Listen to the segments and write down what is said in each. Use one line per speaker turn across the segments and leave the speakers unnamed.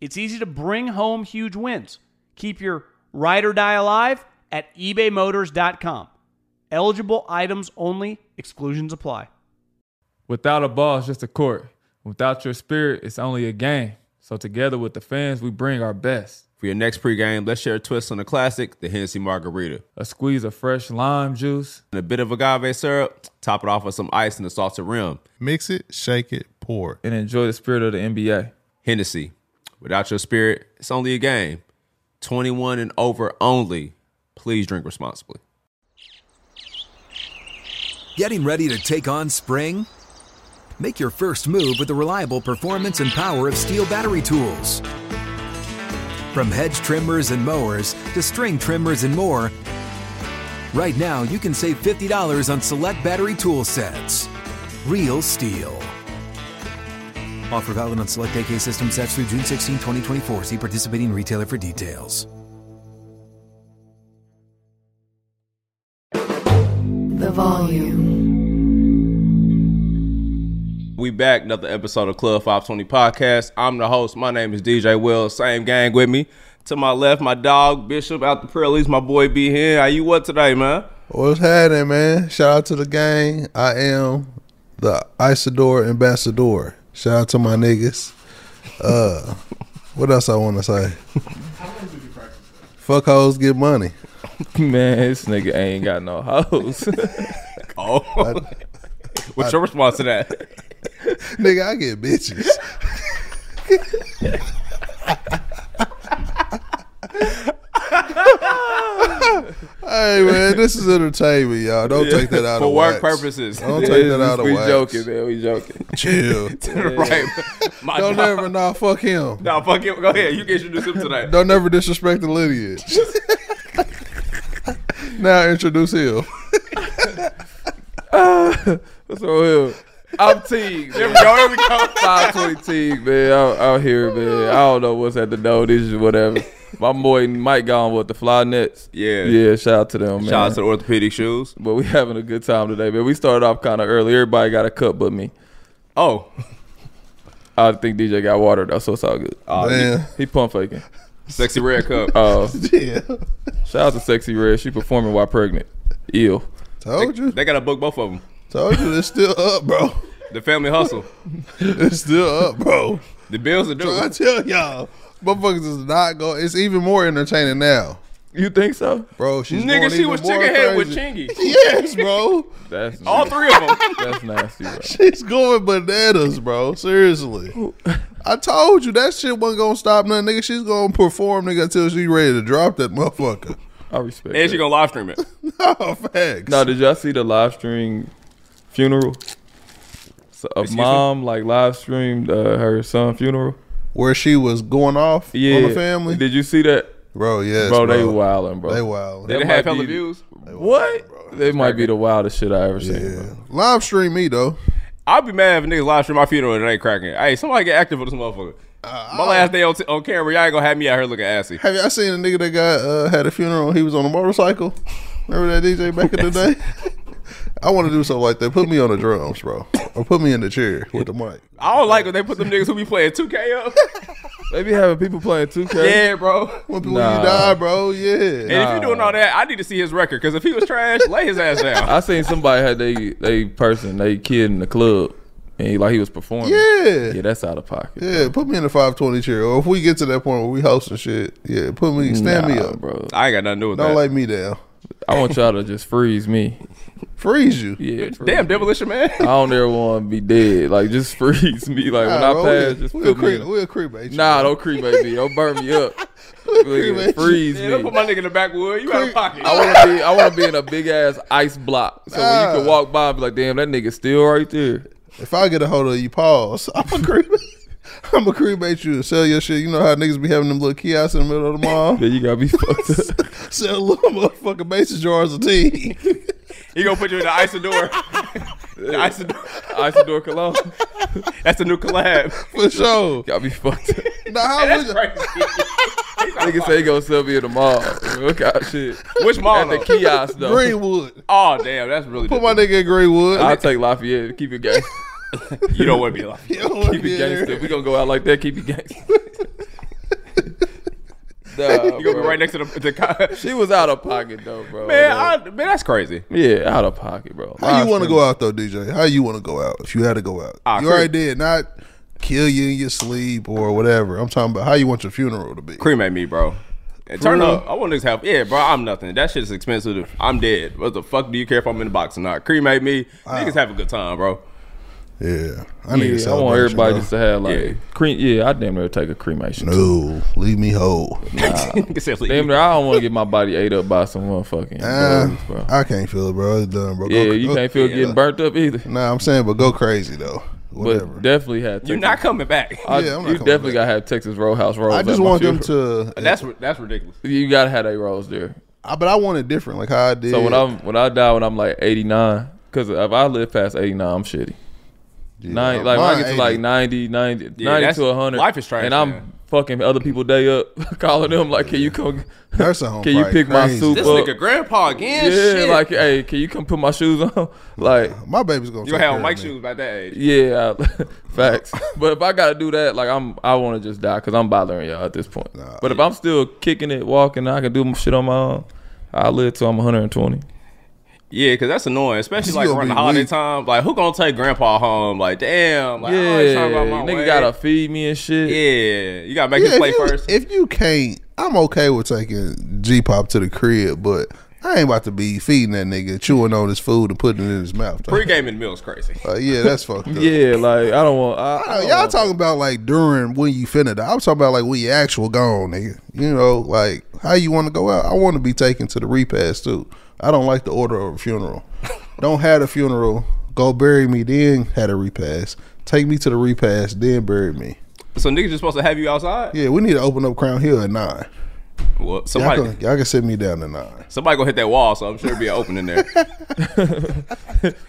It's easy to bring home huge wins. Keep your ride or die alive at ebaymotors.com. Eligible items only, exclusions apply.
Without a ball, it's just a court. Without your spirit, it's only a game. So together with the fans, we bring our best.
For your next pregame, let's share a twist on the classic, the Hennessy Margarita.
A squeeze of fresh lime juice.
And a bit of agave syrup, top it off with some ice and a salted rim.
Mix it, shake it, pour.
And enjoy the spirit of the NBA.
Hennessy, without your spirit, it's only a game. 21 and over only. Please drink responsibly.
Getting ready to take on spring? Make your first move with the reliable performance and power of steel battery tools. From hedge trimmers and mowers to string trimmers and more, right now you can save $50 on select battery tool sets. Real steel. Offer valid on select AK system sets through June 16, 2024. See participating retailer for details.
The volume.
We back, another episode of Club 520 Podcast. I'm the host. My name is DJ Will. Same gang with me. To my left, my dog, Bishop, out the prairies, my boy B here. How you what today, man?
What's happening, man? Shout out to the gang. I am the Isidore Ambassador. Shout out to my niggas. Uh, what else I want to say? Fuck hoes, get money.
Man, this nigga ain't got no hoes.
Oh. What's your response to that?
Nigga, I get bitches. hey man, this is entertainment, y'all. Don't take that out
For
of
work
wax.
purposes.
Don't take that out of
we
wax.
joking, man. We joking.
Chill.
right. My
Don't
dog.
ever nah. Fuck him.
Nah, fuck it. Go ahead. You can introduce him tonight.
Don't ever disrespect the lineage. now introduce him.
What's up with him? I'm Teague.
Here we go. Here we go.
520 Teague, man. Out, out here, man. I don't know what's at the door. This is whatever. My boy Mike gone with the fly nets.
Yeah.
Yeah, shout out to them, man.
Shout out to the orthopedic shoes.
But we having a good time today, man. We started off kind of early. Everybody got a cup but me.
Oh.
I think DJ got water though, so it's all good.
Uh, Oh,
Man.
He pump faking.
Sexy red cup.
Uh,
Yeah.
shout out to Sexy Red. She performing while pregnant. Ew.
Told you.
They got to book both of them.
Told you. It's still up, bro.
The family hustle.
It's still up, bro.
The bills are
I
due.
tell y'all, motherfuckers is not going. It's even more entertaining now,
You think so?
bro. She's going
Nigga, she
even
was
more
chicken head with
crazy.
Chingy.
Yes, bro.
That's nasty.
All three of them.
That's nasty, bro.
She's going bananas, bro. Seriously. I told you that shit wasn't gonna stop nothing, nigga. She's gonna perform, nigga, until she ready to drop that motherfucker.
I respect.
And she
that.
gonna live stream it.
Oh, facts.
Now, did y'all see the live stream funeral? So a
Excuse me?
mom like live streamed uh, her son funeral.
Where she was going off
Yeah,
on the family,
Did you see that,
bro. Yes,
bro?
bro.
They wildin', bro.
They wild.
Did
That
it have
might
hella
be-
views?
What? They might be the wildest shit I ever seen. Bro.
Yeah. Live stream me though.
I'd be mad if niggas live stream my funeral and it ain't cracking. Hey, somebody get active for this motherfucker.
Uh,
my last day on, t- on camera, y'all ain't gonna have me out here looking assy.
Have y'all seen a nigga that got uh, had a funeral? He was on a motorcycle. Remember that DJ back in the day? I want to do something like that. Put me on the drums, bro, or put me in the chair with the mic.
I don't like when they put them niggas who be playing 2K up.
They be having people playing 2K.
yeah, bro.
When people
Nah.
you die, bro, yeah.
And if you're doing all that, I need to see his record because if he was trash, lay his ass down.
I seen somebody had they they person they kid in the club and he, like he was performing.
Yeah.
yeah, that's out of pocket.
Yeah, put me in the 520 chair. Or if we get to that point where we hosting shit, yeah, put me, stand me
Nah,
up.
bro.
I ain't got nothing to do with
Don't
that.
lay me down.
I want y'all to just freeze me.
Freeze you.
Yeah, freeze
Damn,
me.
demolition man.
I don't ever want to be dead. Like just freeze me. Like when
Nah,
I
bro,
pass,
we-
just
we'll
put me.
creep,
in a-
we'll cremate you.
Nah, don't cremate me. Don't burn me up. Nigga,
cremate you.
freeze
Yeah, don't
me.
put my nigga in the backwood. You out of pocket.
I want to be. I want to be in a big ass ice block, so when you can
Nah.
walk by, and be like, "Damn, that nigga still right there."
If I get a hold of you, pause. I'm gonna cremate. I'm gonna cremate you and sell your shit. You know how niggas be having them little kiosks in the middle of the mall?
Yeah, you gotta be fucked up.
sell little motherfucking mason jars of tea.
He gonna put you in the Isidore. the Isidore. Isidore cologne. That's a new collab.
For sure.
Y'all be fucked up.
Now how
That's
would
crazy.
Nigga say he gonna sell me in the mall. Look out, shit.
Which mall?
At the
though?
kiosk though.
Greenwood?
Oh damn, that's really.
Put my
different.
nigga in Greenwood.
I'll take Lafayette. Keep it gangster.
You don't want to be like.
You know what
Keep it
I'm saying?
gangster. We gonna go out like that. Keep it gangster. nah,
You gonna be
bro.
right next to the. the co-
She was out of pocket though, bro.
man,
Like,
I, man, that's crazy.
yeah, out of pocket, bro.
How you want to go out though, DJ? How you want to go out if you had to go out?
Ah,
you already did. Not kill you in your sleep or whatever. I'm talking about how you want your funeral to be.
Cremate me, bro. And turn
real?
up. I want niggas have. Yeah, bro. I'm nothing. That shit's expensive. I'm dead. What the fuck do you care if I'm in the box or not? Cremate me. Niggas have a good time, bro.
Yeah, I need
Yeah,
to
I want everybody
bro.
just to have like
Yeah.
cream. Yeah, I damn near take a cremation.
No, leave me whole.
Niggas say,
Damn near, I don't want to get my body ate up by some motherfucking
Uh,
bugs, bro.
I can't feel it, bro. It's done, bro. Go-
Yeah, you can't feel getting burnt up either.
Nah, I'm saying, but go crazy though.
But
Whatever.
definitely had.
You're not coming back.
I,
Yeah, I'm not
you
coming
definitely
back.
gotta have Texas Roadhouse rolls.
I
at
just
my
want them
funeral.
to.
That's that's ridiculous.
You gotta have their rolls there.
I- but I want it different, like how I did.
So when I'm when I die when I'm like 89, because if I live past 89, I'm shitty.
Yeah,
Nine, like when I
mine
get to
80.
like 90, 90,
Yeah,
90
that's-
to 100.
life is trash,
And I'm
man.
fucking other people day up, calling them like, can you come?
That sound
Can you
right
pick my
crazy.
soup
This
up?
nigga grandpa
yeah,
again. shit.
like hey, can you come put my shoes on? like
my baby's gonna.
you
take
have
care
on
of
Mike
me.
shoes by that age.
yeah, I- facts. but if I gotta do that, like I'm, I want to just die because I'm bothering y'all at this point. but if I'm still kicking it, walking, I can do my shit on my own. I live till I'm 120.
Yeah, because that's annoying, especially
You
like
gonna
around the
be
holiday
weak.
time. Like, who gonna take grandpa home? Like, damn. Like, I
yeah,
always talk about my
nigga
way.
gotta feed me and shit.
Yeah, you gotta make
Yeah,
him
if,
play
you,
first.
if you can't, I'm okay with taking G pop to the crib, but I ain't about to be feeding that nigga, chewing on his food and putting it in his mouth.
Pre game in the meal is crazy.
Uh, yeah, that's fucked up.
Yeah, like I don't want. I, I
Uh,
don't
y'all
want-
talking about like during when you finna die. I'm talking about like when you actual gone, nigga. You know, like how you want to go out. I want to be taken to the repast too. I don't like the order of a funeral. don't have a funeral. Go bury me, then had a repast. Take me to the repast, then bury me.
So niggas just supposed to have you outside?
Yeah, we need to open up Crown Hill at nine.
Well,
Y'all
somebody
can, y'all can sit me down at nine.
somebody gonna hit that wall, so I'm sure it'll be an opening there.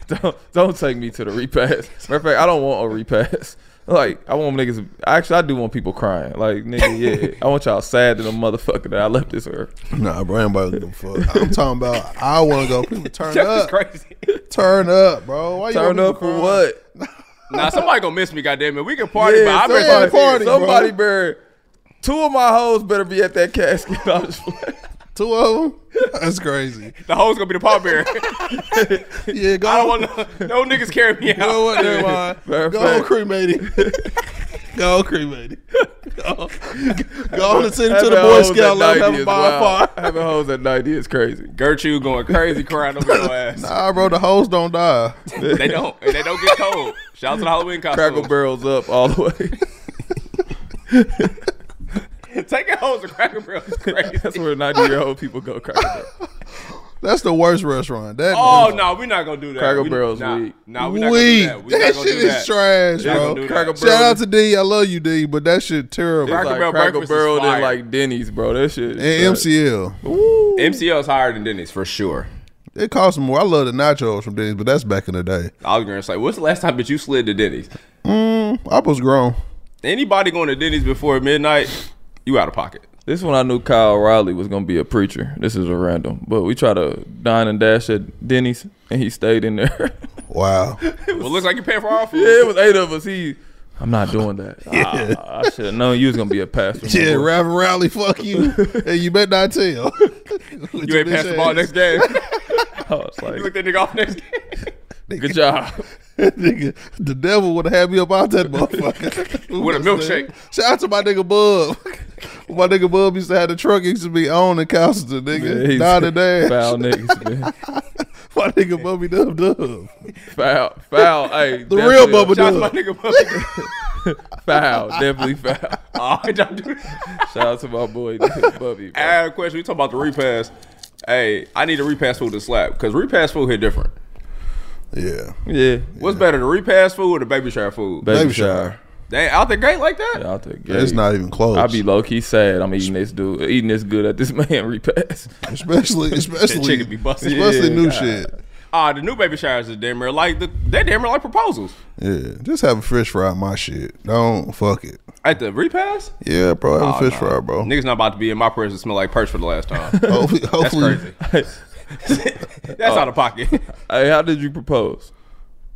don't don't take me to the repast. Matter of fact, I don't want a repast. Like I want niggas. Actually, I do want people crying. Like nigga, yeah, I want y'all sad to the motherfucker that I left this earth.
Nah, bro, everybody give a fuck. I'm talking about I want to go. People turn
That's
up,
crazy.
turn up, bro. Why you
Turn
want people
up
crying?
for what?
Nah, somebody gonna miss me, goddamn it. We can party,
Yeah,
but I
somebody-
bet
party, bro.
somebody better. Two of my hoes better be at that casket. I'm just playing.
Two of them. That's crazy.
the hoes gonna be the pop bearer.
Yeah, go.
I don't want no, no niggas carry me out.
You know what? Never mind.
Matter of
Go on,
fact.
cremated. Go on, cremated. Go, go on and send it to the
Having
Boy
hoes at
Scout. Let
90
them have
is
a bonfire.
wild. Having hoes at 90 is crazy.
Gertrude going crazy crying over your ass.
Nah, bro, the hoes don't die.
They don't. And they don't get cold. Shout out to the Halloween
Crackle
Oh.
costume.
barrels up all the way.
Take your hoes to Cracker Barrel. It's crazy.
That's where 90 year old people go. Crackle Barrel.
That's the worst restaurant. That
Oh no, we're not gonna do that.
Cracker
we,
Barrel's
nah,
weak.
Nah, we're
we
not gonna do that.
that,
we not gonna
shit
do
is
that.
trash,
We're not gonna
bro.
do
Cracker
that.
Barrel
Shout out to D. I love you, D, but that shit terrible.
It's
Cracker
like
Barrel
Cracker
breakfast is
Barrel
fire.
and like Denny's, bro. That shit. is
And
trash.
MCL.
MCL's higher than Denny's for sure.
It costs more. I love the nachos from Denny's, but that's back in the day.
I was gonna say, what's the last time that you slid to Denny's?
Mm, I was grown.
Anybody going to Denny's before midnight, you out of pocket.
This one I knew Kyle Riley was gonna be a preacher. This is a random, but we tried to dine and dash at Denny's, and he stayed in there.
Wow.
Well, it looks like you're paying for our food.
yeah, it was eight of us. He, I'm not doing that. Ah, I should have known you was gonna be a pastor. my
yeah,
boy.
Raven Riley, fuck you. and you bet not tell.
you ain't passed the ball next game.
I was
you
like,
looked that nigga off next game.
good job.
Nigga, the devil would have had me up out that motherfucker.
With a milkshake.
Shout out to my nigga Bub. my nigga Bub used to have the truck, he used to be on in Castleton, nigga.
he's
Down and dash.
Foul niggas, man.
My nigga Bubby Dub Dub.
Foul, foul. Hey,
The real Bubba
Shout out to
Dub.
my nigga. Bubba.
Foul, definitely foul.
All right, y'all do.
Shout out to my boy nigga, Bubby.
I
bro.
had a question. We talking about the repass. Hey, I need a repass food to slap because repass food hit different.
Yeah.
Yeah,
What's better, the repass food or the baby shower food?
baby
Baby
shower.
shower.
They out the gate like that?
Yeah, out the gate.
It's not even close.
I be low key sad. I'm eating this dude, eating this good at this man repass.
especially especially
chicken be busting.
especially
Yeah,
new
God.
shit.
Ah, the new baby showers is damn near like the they damn near like proposals
Yeah, just have a fish fry. My shit. Don't fuck it.
at the repass.
Yeah, bro.
Oh,
Have a fish fry, bro.
Niggas not about to be in my prison smell like purse for the last time.
Hopefully,
That's
hopefully
crazy. That's out of pocket.
hey, how did you propose?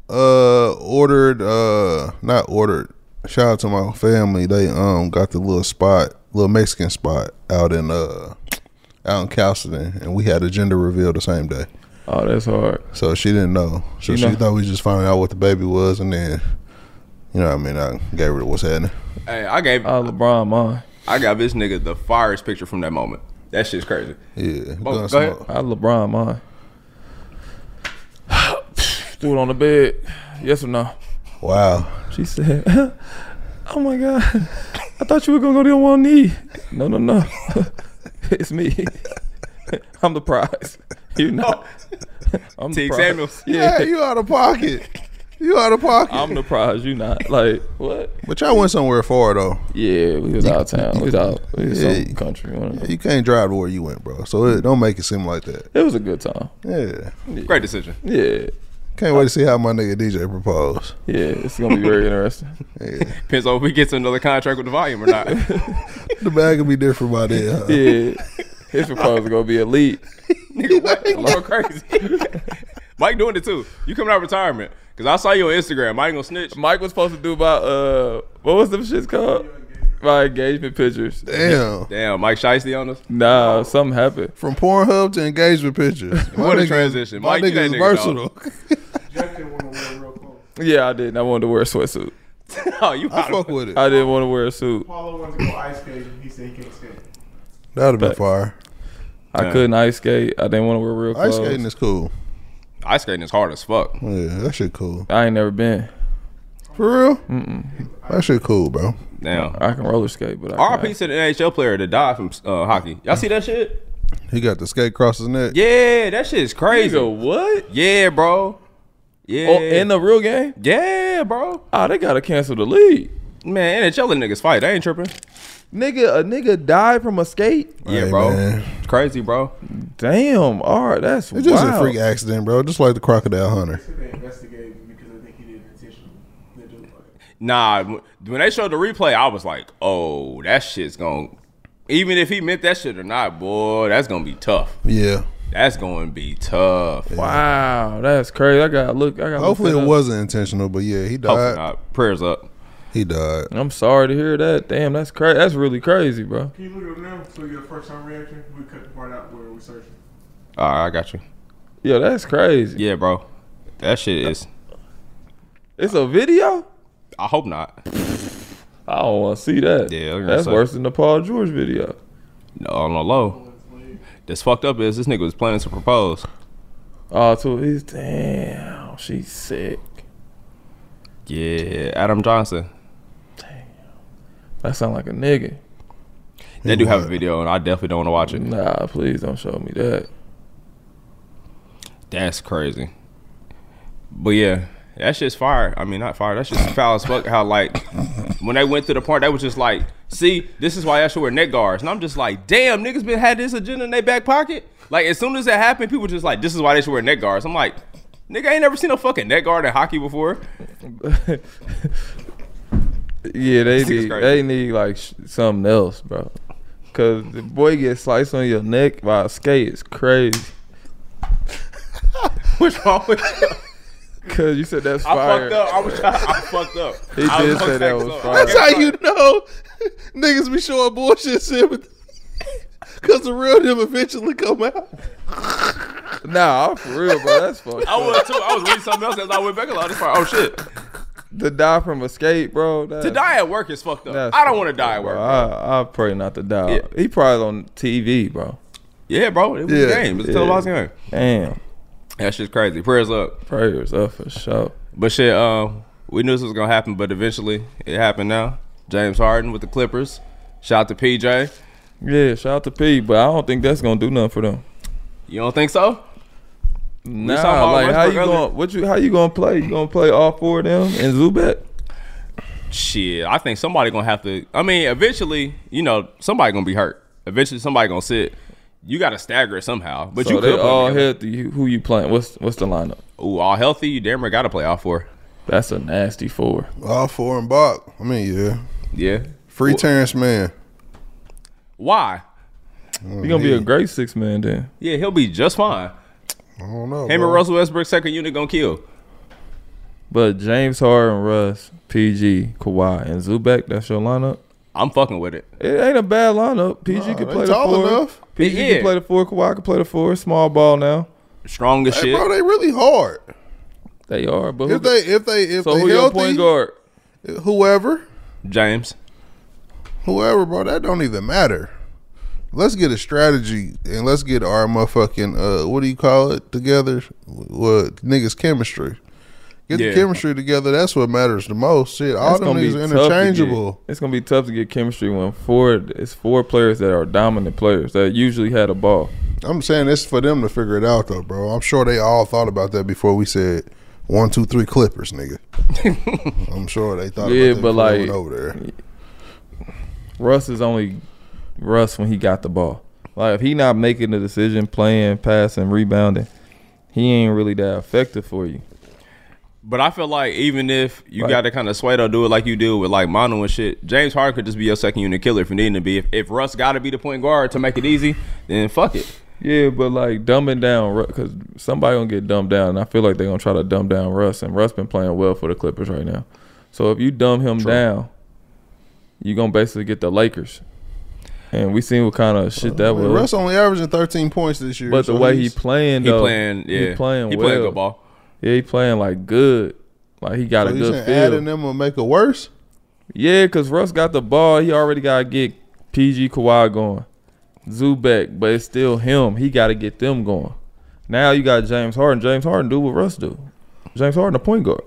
uh, ordered. Uh, not ordered. Shout out to my family. They um got the little spot, little Mexican spot out in uh out in Castleton, and we had a gender reveal the same day.
Oh, that's hard.
So she didn't know. So
You
she
know-
thought we was just finding out what the baby was, and then you know, what I mean, I gave her what's happening.
hey, I gave
Oh, LeBron, mine.
I got this nigga the firest picture from that moment. That shit's crazy.
Oh,
Yeah,
go
gun
ahead.
smoke.
I LeBron mine. Threw it on the bed. Yes or no?
Wow.
She said, "Oh my god, I thought you were gonna go down one knee." No, no, no. it's me. I'm the prize. You know. I'm
Oh. Teague
prize.
Samuels.
Yeah,
Yeah.
you out of pocket. You out of pocket.
I'm the prize. You not like what?
but y'all went somewhere far though.
Yeah, we was out of town. We was out. We was
Yeah.
some country. one of them.
You can't drive to where you went, bro. So it, don't make it seem like that.
It was a good time.
Yeah.
Great decision.
Yeah,
Can't wait to see how my nigga DJ propose.
yeah. It's gonna be very interesting.
Depends on if we get to another contract with the volume or not.
The bag will be different by then. Huh?
Yeah, his proposal gonna be elite.
Nigga, what? Going crazy. Mike doing it too. You coming out of retirement? Cause I saw you on Instagram. Mike gonna snitch.
Mike was supposed to do about uh, what was them shits called? My engagement pictures.
Damn.
Damn, Mike Shiesty on us.
Nah, something happened.
From Pornhub to engagement pictures. My
What a
nigga-
transition.
My
Mike, you
nigga
that
is
nigga,
versatile.
Yeah, I didn't. I wanted to wear a sweatsuit.
Oh, you
I
out of-
fuck with it.
I didn't want to wear a suit.
Paulo wants to go ice skating. He said he can't skate.
That'd have been
Facts.
fire.
I couldn't ice skate. I didn't want to wear
Ice
real
Uh,
clothes.
skating is cool.
ice skating is hard as fuck.
Yeah, that shit cool.
I ain't never been.
For real? Mm-mm. That shit cool, bro.
Damn.
I can roller skate, but I
RP
can't.
to the NHL player that died from uh, hockey. Y'all see that shit?
He got the skate across his neck.
Yeah, that shit is crazy.
Nigga, what?
Yeah, bro. Yeah.
Oh, in the real game?
yeah, bro.
Oh, they gotta cancel the league.
Man, NHL niggas fight. They ain't tripping.
Nigga, a nigga died from a skate.
Yeah,
Hey,
bro.
man.
It's crazy, bro.
Damn, all right, that's
It's just
wild.
a freak accident, bro. Just like the crocodile hunter.
They investigated him because I think he did it intentionally. They do it.
Nah, w- when they showed the replay, I was like, oh, that shit's gonna. Even if he meant that shit or not, boy, that's gonna be tough.
Yeah.
That's gonna be tough.
Wow, that's crazy. I gotta look. I gotta
Hopefully
look
it
up.
wasn't intentional, but yeah, he
Hopefully
died.
not. Prayers up.
He died.
I'm sorry to hear that. Damn, that's crazy. That's really crazy, bro.
Can you look it up now so your first time reaction? We cut the part out where we searching.
All right, I got you.
Yeah, that's crazy.
Yeah, bro. That shit is.
It's a video.
I hope not.
I don't want to see that.
Yeah, I'm gonna
that's
say.
worse than the Paul George video.
No, on the low. That's fucked up is this nigga was planning to propose.
Oh, to his damn, she's sick.
Yeah, Adam Johnson.
That sound like a nigga.
They do have a video, and I definitely don't want to watch it.
Nah, please don't show me that.
That's crazy. But yeah, that shit's fire. I mean, not fire. That shit's foul as fuck. How like when they went to the part, they was just like, "See, this is why I should wear neck guards." And I'm just like, "Damn, niggas been had this agenda in their back pocket." Like as soon as that happened, people just like, "This is why they should wear neck guards." I'm like, "Nigga, I ain't never seen a fucking neck guard in hockey before."
Yeah, they
This nigga's
need
crazy.
they need like sh- something else, bro. Cause the boy gets sliced on your neck by a skate is crazy.
What's wrong with you?
Cause you said that's
I
fire.
fucked up. I was. I fucked up.
He
I
did
fucked
say that
back
was
up.
fire. That's
That's how you know niggas be showing bullshit sympathy. Cause the real them eventually come out.
Nah, I'm for real, bro. That's fucked.
I
up.
was too. I was reading something else as I went back a lot. It's fire. Oh shit.
to die from a skate, bro. That's,
To die at work is fucked up.
that's
I don't
fucked
want to
up,
die at work.
Bro. I, I pray not to die.
Yeah.
He probably on TV, bro.
Yeah, bro. It was a
Yeah.
game. It was a
Yeah.
televised game.
Damn,
That shit's crazy. Prayers up.
prayers up for sure.
But shit, uh, we knew this was gonna happen, but eventually it happened now. James Harden with the Clippers. Shout out to PJ.
Yeah, shout out to P, but I don't think that's gonna do nothing for them.
You don't think so? talking
Nah,
about
like how you
Westbrook earlier.
going? What you? How you gonna play? You gonna play all four of them and Zubek?
Shit, I think somebody gonna have to. I mean, eventually, you know, somebody gonna be hurt. Eventually, somebody gonna sit. You got to stagger it somehow. But
so
you
they
could
all healthy. You- Who you playing? What's what's the lineup?
Ooh, all healthy. You damn near got to play all four.
That's a nasty four.
All four and Bach. I mean, yeah.
Yeah.
Free
Wh-
Terrence man.
Why?
You're gonna be a great six man then.
Yeah, he'll be just fine.
I don't know.
Him
bro.
and Russell Westbrook second unit gonna kill.
But James Harden, Russ, PG, Kawhi, and Zubac. That's your lineup.
I'm fucking with it.
It ain't a bad lineup. PG can
they
play the
tall
four.
enough.
PG
Yeah.
can play the four. Kawhi can play the four. Small ball now.
Strong as
Hey,
shit.
bro, they really hard.
They are. But who,
If they if they if
so
they
who your
healthy,
point guard?
whoever,
James.
whoever, bro, that don't even matter. Let's get a strategy and let's get our motherfucking uh, what do you call it together? What niggas chemistry? Get
Yeah.
the chemistry together. That's what matters the most. Shit, all
That's
them
gonna
niggas
be
are
tough to get-
interchangeable.
It's gonna be tough to get chemistry when four. It's four players that are dominant players that usually had a ball.
I'm saying it's for them to figure it out though, bro. I'm sure they all thought about that before we said one, two, three Clippers, nigga. I'm sure they thought.
Yeah,
about that
but
before they
like-
went over there.
Russ is only Russ when he got the ball. Like if he not making the decision, playing, passing, rebounding, he ain't really that effective for you.
But I feel like even if you
Right.
got to kind of sway to do it like you do with like Mono and shit, James Harden could just be your second unit killer if you need him to be. If, if Russ got to be the point guard to make it easy, then fuck it.
Yeah, but like dumbing down Russ, cause somebody gonna get dumbed down, and I feel like they gonna try to dumb down Russ, and Russ been playing well for the Clippers right now. So if you dumb him down, you gonna basically get the Lakers, and we seen what kind of shit that
Uh, I mean,
was.
Russ only averaging 13 points this year.
but the
so
way he
he's-
playing,
He
though,
playing, yeah,
he playing,
he
well.
playing good ball.
Yeah, he playing like good, like he got
so
a
you
good
saying
feel.
adding them will make it worse.
Yeah, because Russ got the ball. He already got to get PG Kawhi going. Zubek, but it's still him. He got to get them going. Now you got James Harden. James Harden do what Russ do. James Harden a point guard.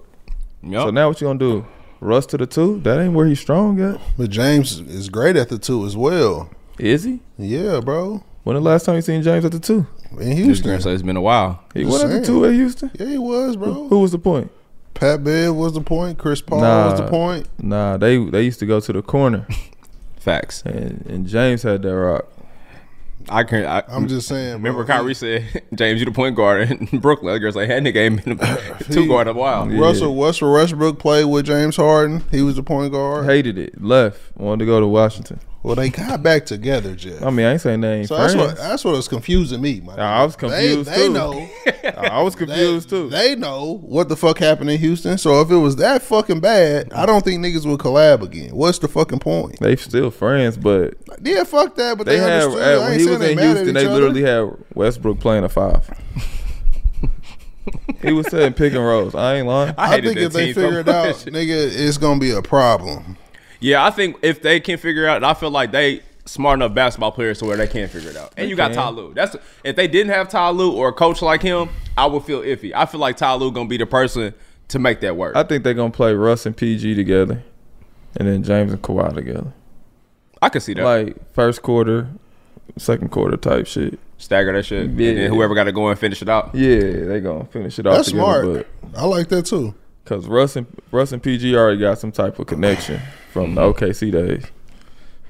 Yup.
So now what you going to do? Russ to the two? That ain't where he's strong at.
But James is great at the two as well.
Is he?
Yeah, bro.
When the last time you seen James at the two?
In
His
Houston.
grand slam, it's been a while.
He
Just
went at the
saying.
two at Houston.
Yeah, he was, bro.
Who was the point?
Pat Bev was the point. Chris Paul was the
Nah.
point.
Nah, they they used to go to the corner,
Facts.
and, and James had that rock.
I can. I,
I'm just saying.
remember
bro,
Kyrie said, "James, you the point guard in Brooklyn." That girl's like, "That nigga ain't been a two guard in a while."
Russell Russell Westbrook played with James Harden. He was the point guard.
Hated it. Left. Wanted to go to Washington.
Well, they got back together, Jeff.
I mean, I ain't saying they ain't
so
friends.
that's what that's what was confusing me. My
Nah, I was confused
They, they
too.
know.
I was
They,
confused too.
they know what the fuck happened in Houston. So if it was that fucking bad, I don't think niggas would collab again. What's the fucking point?
They still friends, but
Yeah, fuck that. But
they,
they,
had
understood.
at-
I
when
ain't
he
saying
was
they
in
mad at
Houston,
each
they
other.
literally had Westbrook playing a five. he was saying pick and rolls. I ain't lying.
I,
I
hated
think
that
if they
team so
figure it out,
much.
nigga, it's gonna be a problem.
Yeah, I think if they can figure it out, and I feel like they smart enough basketball players to where they can figure it out. And you got
can.
Tyloo. That's if they didn't have Tyloo or a coach like him, I would feel iffy. I feel like Tyloo gonna be the person to make that work.
I
I,
think they're gonna play Russ and PG together, and then James and Kawhi together.
could see that.
Like first quarter, second quarter type shit.
Stagger that shit.
Yeah.
And then whoever got to go and finish it out.
Yeah, they gonna finish it off.
That's
together,
smart. I like that too.
Cause Russ and Russ and PG already got some type of connection from the OKC days.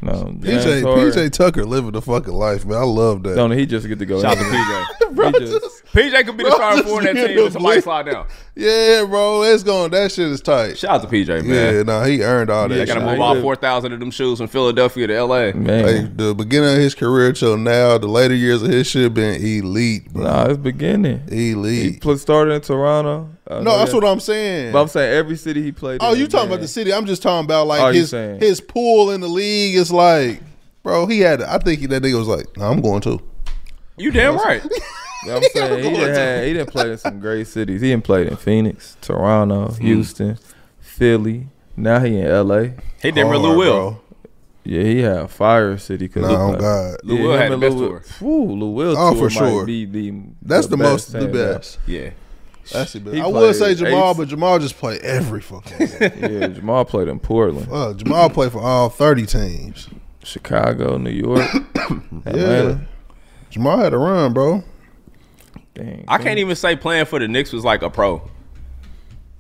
No, James
PJ
Harden-
PJ Tucker living the fucking life, man. I love that.
Don't he just get to go?
Shout out to
anywhere.
PJ.
Bro,
He just-
just-
PJ could be the
Bro,
starting four in that
just
team if somebody
get
slide down.
yeah, bro, it's going. That shit is tight.
Shout out to PJ, man.
yeah, nah, he earned all that.
They gotta
shit.
shout
move
out
all
to-
four thousand of them shoes from Philadelphia to LA.
man.
Hey, the beginning of his career till now, the later years of his shit been elite, bro.
Nah, it's beginning. He
Elite.
pl- started in Toronto. Uh,
no, that's what I'm saying.
But I'm saying every city he played.
oh,
in,
you talking about
man.
the city? I'm just talking about like
Oh, you
his
saying.
his pool in the league is like, bro. He had. I think he, that nigga was like, nah, I'm going too.
You damn right.
I'm saying he didn't, had, he didn't play in some great cities. He didn't play in Phoenix, Toronto,
Mm.
Houston, Philly. Now he in L.A.
He did with
Hard,
Lou Will.
bro.
Yeah, he had a fire city. Cause
Nah, oh God.
Lou Will had the best
Lou,
tour.
Whew, Lou Will
Oh,
tour
for sure.
might be the
That's the, most, the
thing now.
best.
Yeah.
That's the best.
He
I would
played
say Jamal,
eight-
but Jamal just played every fucking. game.
Yeah, Jamal played in Portland,
uh, Jamal played for all thirty teams.
Chicago, New York, Atlanta.
Jamal had a run, bro.
Dang,
I can't even say playing for the Knicks was like a pro.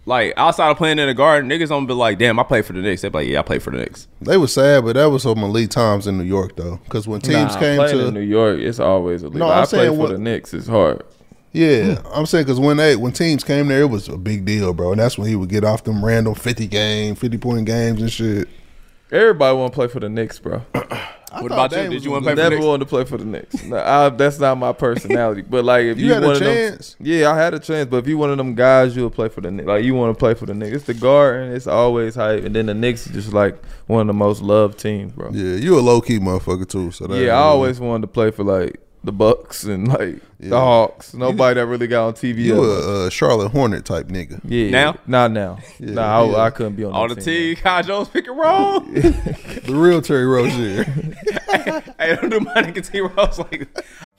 Like outside of playing in the garden, niggas don't be like, damn, I played for the Knicks. They be like, yeah, I played for the Knicks.
They were sad, but that was some elite times in New York though. Because when teams
Nah,
came
playing
to
in New York, it's always a league.
No, I'm
I play
saying
for
what-
the Knicks. It's hard.
Yeah,
Hmm.
I'm saying because when they when teams came there, it was a big deal, bro. And that's when he would get off them random fifty game, fifty point games and shit.
Everybody want to play for the Knicks, bro.
what
thought
about you?
Dame
Did you
was
want to play for the
Never
Knicks?
wanted to play for the Knicks. No, I, that's not my personality. But like, if
You
you,
had a
one of them-
chance.
yeah, I had a chance. But if you one of them guys, you'll play for the Knicks. Like you want to play for the Knicks. It's the Garden. It's always hype. And then the Knicks is just like one of the most loved teams, bro. Yeah,
Yeah, you a low key motherfucker too. So that ain't
I
really-
always wanted to play for like the Bucks and like the Hawks. Nobody that really got on TV.
you
that much.
a, uh Charlotte Hornet type nigga.
yeah,
Now?
not now. nah, I, I couldn't be on
All the
that
team, Kyle Jones pick and roll.
The real Terry Rozier.
hey, don't do my nigga T Rose like that.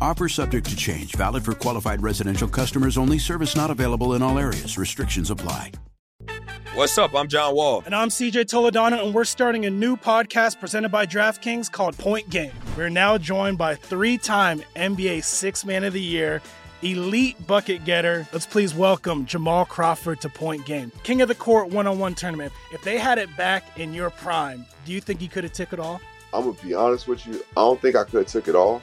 Offer subject to change, valid for qualified residential customers only, service not available in all areas. Restrictions apply.
What's up? I'm John Wall.
And I'm CJ Toledano, and we're starting a new podcast presented by DraftKings called Point Game. We're now joined by three time NBA Six Man of the Year, elite bucket getter. Let's please welcome Jamal Crawford to Point Game, King of the Court one on one tournament. If they had it back in your prime, do you think he could have took it all?
I'm gonna be honest with you. I don't think I could have took it all,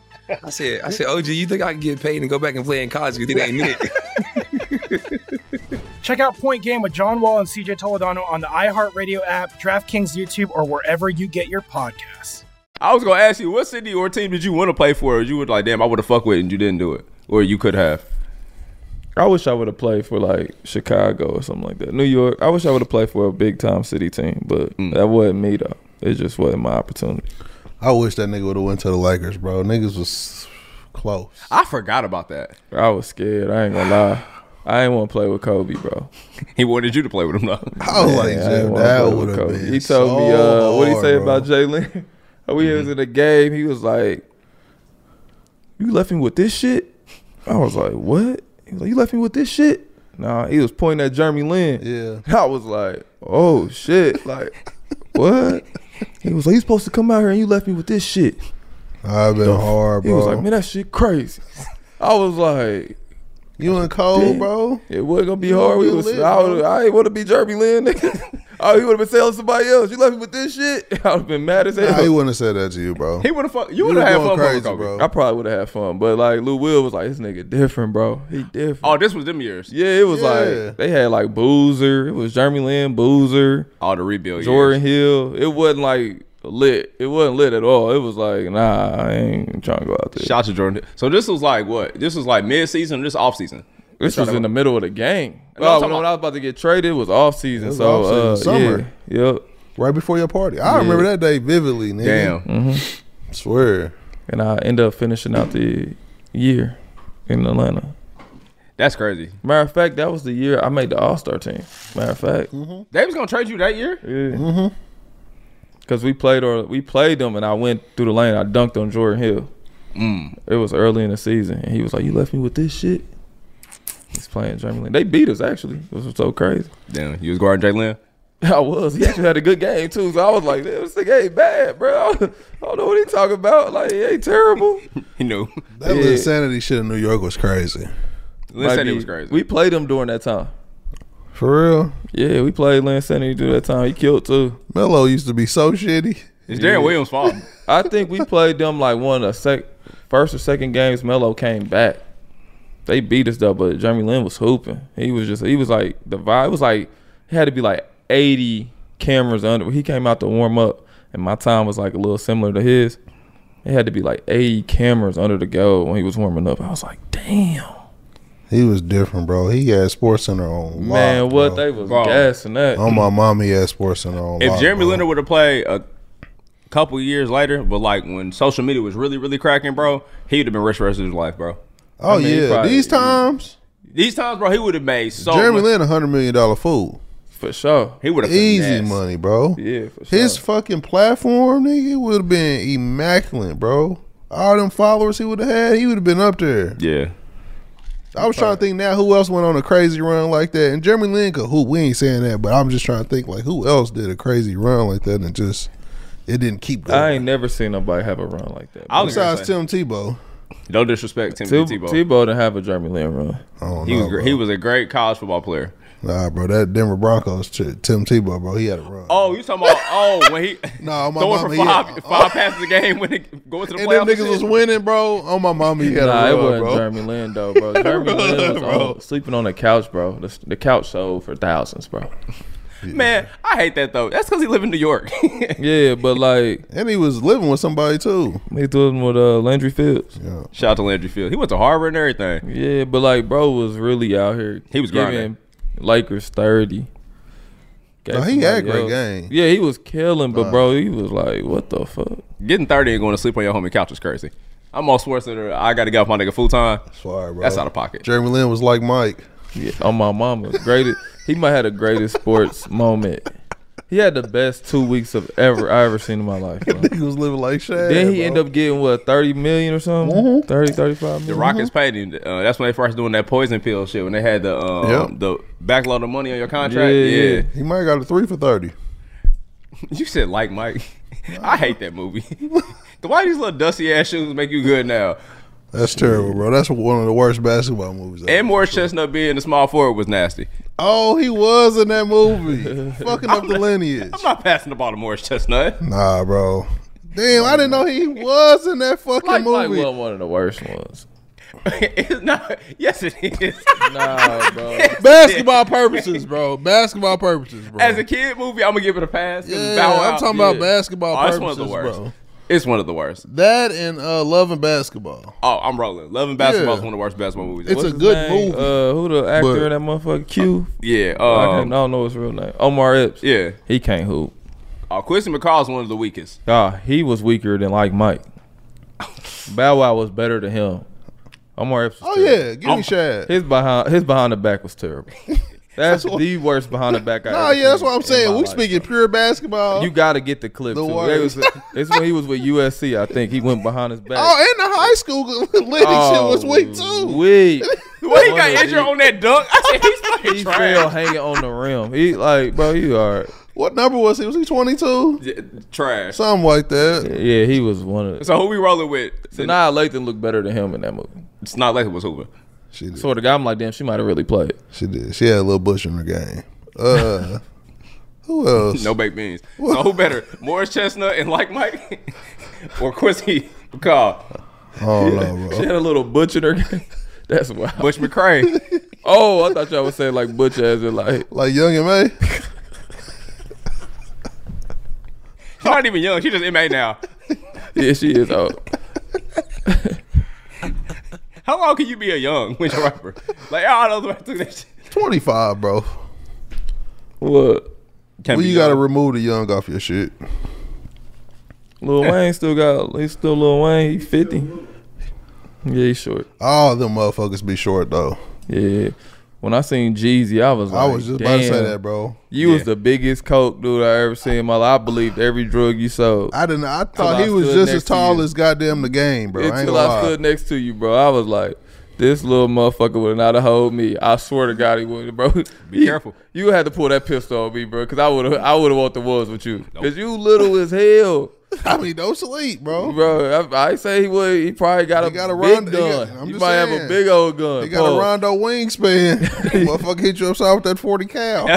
I said, I said, OG, you think I can get paid and go back and play in college because it ain't Nick?
Check out Point Game with John Wall and CJ Toledano on the iHeartRadio app, DraftKings YouTube, or wherever you get your podcasts.
I was gonna ask you, what city or team did you want to play for? Or you would like, damn, I would have fucked with, and you didn't do it, or you could have.
I wish I would have played for like Chicago or something like that. New York. I wish I would have played for a big time city team, but
Mm.
that wasn't me though. It just wasn't my opportunity.
I wish that nigga would have went to the Lakers, bro. Niggas was close.
I forgot about that.
I was scared. I ain't gonna lie. I ain't want to play with Kobe, bro.
He wanted you to play with him though.
I was like,
Yeah, I ain't
Jim,
wanna
Oh, that
play
would
with
have
Kobe.
been.
He told
so
me, uh, what he
hard,
say
bro.
about Jalen? we was
Mm-hmm.
in a game. He was like, "You left me with this shit." I was like, "What?" He was like, "You left me with this shit." Nah, he was pointing at Jeremy Lin.
Yeah.
I was like, "Oh shit!" Like, what? He was like, "You supposed to come out here and you left me with this shit."
I've been hard,
He
bro.
was like, "Man, that shit crazy." I was like,
you in cold, bro?
it wasn't gonna be hard. We
You
was,
lit,
I, would,
bro.
I ain't want to be Jeremy Lin. nigga. oh, he would have been selling somebody else. You left me with this shit. I would have been mad as
Nah, he
hell.
wouldn't have said that to you, bro.
He would have fucked. You
You
would have
was
had
going
fun
crazy,
with Kobe.
bro.
I probably would have had fun, but like Lou Will was like, this nigga different, bro. He different.
Oh, this was them years.
yeah, it was
Yeah.
like they had like Boozer. It was Jeremy Lin, Boozer,
All the rebuild
Jordan
years.
Hill. It wasn't like lit. It wasn't lit at all. It was like, nah, I ain't trying to go out there.
Shout out to Jordan. So this was like what? This was like mid season. This off season.
This was in the middle of the game.
No, I'm
Oh,
talking
when,
about-
I was about to get traded, it was off season.
was
so
off-season,
uh,
summer.
Yeah, yep.
Right before your party. I remember that day vividly, nigga.
Damn.
Swear.
and I end up finishing out the year in Atlanta.
That's crazy.
Matter of fact, that was the year I made the All Star team. Matter of fact,
They was gonna trade you that year.
because we played or we played them, and I went through the lane. I dunked on Jordan Hill.
Mm.
It was early in the season, and he was like, "You left me with this shit." He's playing Germany. They beat us actually. It was so crazy.
Damn, you was guarding Jalen.
I was. He actually had a good game too. So I was like, "This nigga ain't bad, bro." I don't know what he talking about. Like, he ain't terrible.
you know
That little insanity shit in New York was crazy.
Lin
Like,
Sanity
we-
was crazy.
We played him during that time.
For real.
Yeah, we played Lin Sanity during that time. He killed too.
Melo used to be so shitty.
It's Darren Williams' fault.
I think we played them like one of the sec- first or second games. Melo came back. They beat us though, but Jeremy Lin was hooping. He was just he was like the vibe it was like he had to be like eighty cameras under. He came out to warm up, and my time was like a little similar to his. It had to be like eighty cameras under the goal when he was warming up. I was like, damn,
He was different, bro. He had Sports Center on lock,
man,
bro.
what
Um,
they was
Bro.
gassing that.
On my mom, he had Sports Center on
If
lock,
Jeremy
bro.
Leonard would have played a couple years later, but like when social media was really, really cracking, bro, he would have been rich for the rest of his life, bro.
Oh
I mean, he Oh,
yeah,
probably-
these times
These times, bro, he would have made so
Jeremy
much.
Lin a hundred million dollar fool.
For sure.
He would have
Easy money, bro.
Yeah, for
His fucking platform, nigga, would have been immaculate, bro. All them followers he would have had, he would have been up there.
Yeah.
I was trying to think now who else went on a crazy run like that. And Jeremy Lin could hoop. We ain't saying that, but I'm just trying to think like who else did a crazy run like that and just it didn't keep going.
I ain't never seen nobody have a run like that.
I was gonna
Besides Tim Tebow.
No disrespect, Tim
Tim-
Tebow.
Tebow didn't have a Jeremy Lin run.
Oh,
he was gr- he was a great college football player.
Nah, bro, that Denver Broncos, t- Tim Tebow, bro, he had a run.
Oh, you talking about? Oh, when he
No, my mama,
throwing for
he
five,
had-
five passes a game when it going to the
And
playoffs.
them niggas was winning, bro. Oh my mama, he had
nah,
a
it
run,
wasn't
bro.
Jeremy Lin though, bro. Jeremy Lin was
Bro.
on- sleeping on the couch, bro. The, the couch sold for thousands, bro.
Man, I hate that though. That's because he live in New York.
yeah, but like
And he was living with somebody too.
he doing with uh, Landry Fields.
Yeah.
Shout out to Landry Field. He went to Harvard and everything.
yeah, but like bro was really out here.
He was grinding.
Lakers thirty. Gave
No, he had
somebody
great
else-
game.
Yeah, he was killing, but bro, he was like, what the fuck?
Getting thirty and going to sleep on your homie couch is crazy. I'm on Schwarzenegger. I got to get off my nigga full time.
Sorry, bro.
That's out of pocket.
Jeremy Lin was like Mike.
Yeah, on my mama. Greatest. He might have the greatest sports moment. He had the best two weeks of ever I ever seen in my life. Bro.
He was living like Shaq.
Then he
bro.
end up getting what 30 million or something?
Mhm.
30 35
The
million.
Rockets
Mm-hmm.
paid him. Uh, that's when they first doing that poison pill shit. When they had the um,
Yep.
the backload of money on your contract.
Yeah,
Yeah,
yeah.
He might have got a three for thirty.
you said like Mike. I hate that movie. Why these little dusty ass shoes make you good now?
That's terrible, bro. That's one of the worst basketball movies. Ever.
And Morris Chestnut being the small forward was nasty.
Oh, he was in that movie, fucking up the lineage.
I'm not passing the ball to Morris Chestnut.
Nah, bro. Damn, I didn't know he was in that fucking
Like, like
movie.
well, one of the worst ones.
it's not. Yes, it is.
Nah, bro.
Basketball purposes, bro. Basketball purposes, bro.
As a kid movie, I'm gonna give it a pass. 'cause
yeah,
it's Bow Wow.
I'm talking about
Yeah.
basketball
Oh, it's
purposes,
one of the worst.
bro.
It's one of the worst.
That and uh, Love and Basketball.
Oh, I'm rolling. Love and Basketball is
Yeah.
one of the worst basketball movies.
It's
What's
a
his-
good
Dang,
movie.
Uh, who the actor
But-
in that motherfucker? Q.
yeah.
I can't- I
Um,
don't know his real name. Omar Epps.
yeah.
He can't hoop.
Oh, Quincy McCall is one of the weakest.
Nah, he was weaker than like Mike. Bow Wow was better than him. Omar Epps. was
Oh
terrible.
yeah, give me Shaq.
His behind his behind the back was terrible. That's the worst behind the back. I
Oh
ever
yeah, that's
seen
what I'm
in
saying.
my
We
life.
speaking pure basketball.
You got to get the clip.
The
too. They
worst.
was- it's when he was with USC. I think he went behind his back.
oh, and the high school Lenny shit was weak too.
Oh, Weak.
Well, he
One
got
of
injured
the-
on that dunk. I said he's fucking
He fell
trash.
hanging on the rim. He like, bro, you all right.
What number was he? Was he 22?
Yeah, Trash. So,
Something like that.
Yeah, he was one of. So,
who we rolling with?
so now Lathan looked better than him in that movie.
It's not like it was Hoover.
She did.
So the guy, I'm like, damn, she might have really played.
She did. She had a little bush in her game. Uh, who else?
No baked beans. So who better, Morris Chestnut and like Mike, or Quincy McCall?
Oh no, bro.
She had a little butch in her game. That's wild.
Butch McCray.
Oh, I thought y'all was saying like butch as in like.
Like Young and May.
She's not even young. She just MA now.
Yeah, she is old.
How long can you be a young when you're a rapper? Like I don't know if I took that shit.
25, bro.
What?
Well,
Can't be
you gotta
young.
remove the young off your shit.
Lil Wayne still got. He's still Lil Wayne. He fifty. Yeah, he's short.
All them motherfuckers be short though.
Yeah. When I seen Jeezy, I was like,
I was just about to say that, bro.
You was the biggest coke dude I ever seen in my life. I believed every drug you sold.
I didn't. I
Till
thought
I
he was
stood
just
next
as
to
tall
you.
as goddamn the game, bro. I ain't
Until
gonna
I
lie.
stood next to you, bro. I was like, This little motherfucker would not have hold me. I swear to God, he would, bro.
Be careful.
You would have to pull that pistol on me, bro, because I would have, I would have walked the woods with you, because you little as hell.
I mean, don't sleep, bro.
Bro, I, I say he would. He probably got a
got a
big
Rondo- he
gun.
got- I'm
you
just
might have a
saying.
big old gun.
He got
Paul.
a Rondo wingspan. Motherfucker hit you upside with that 40 cal.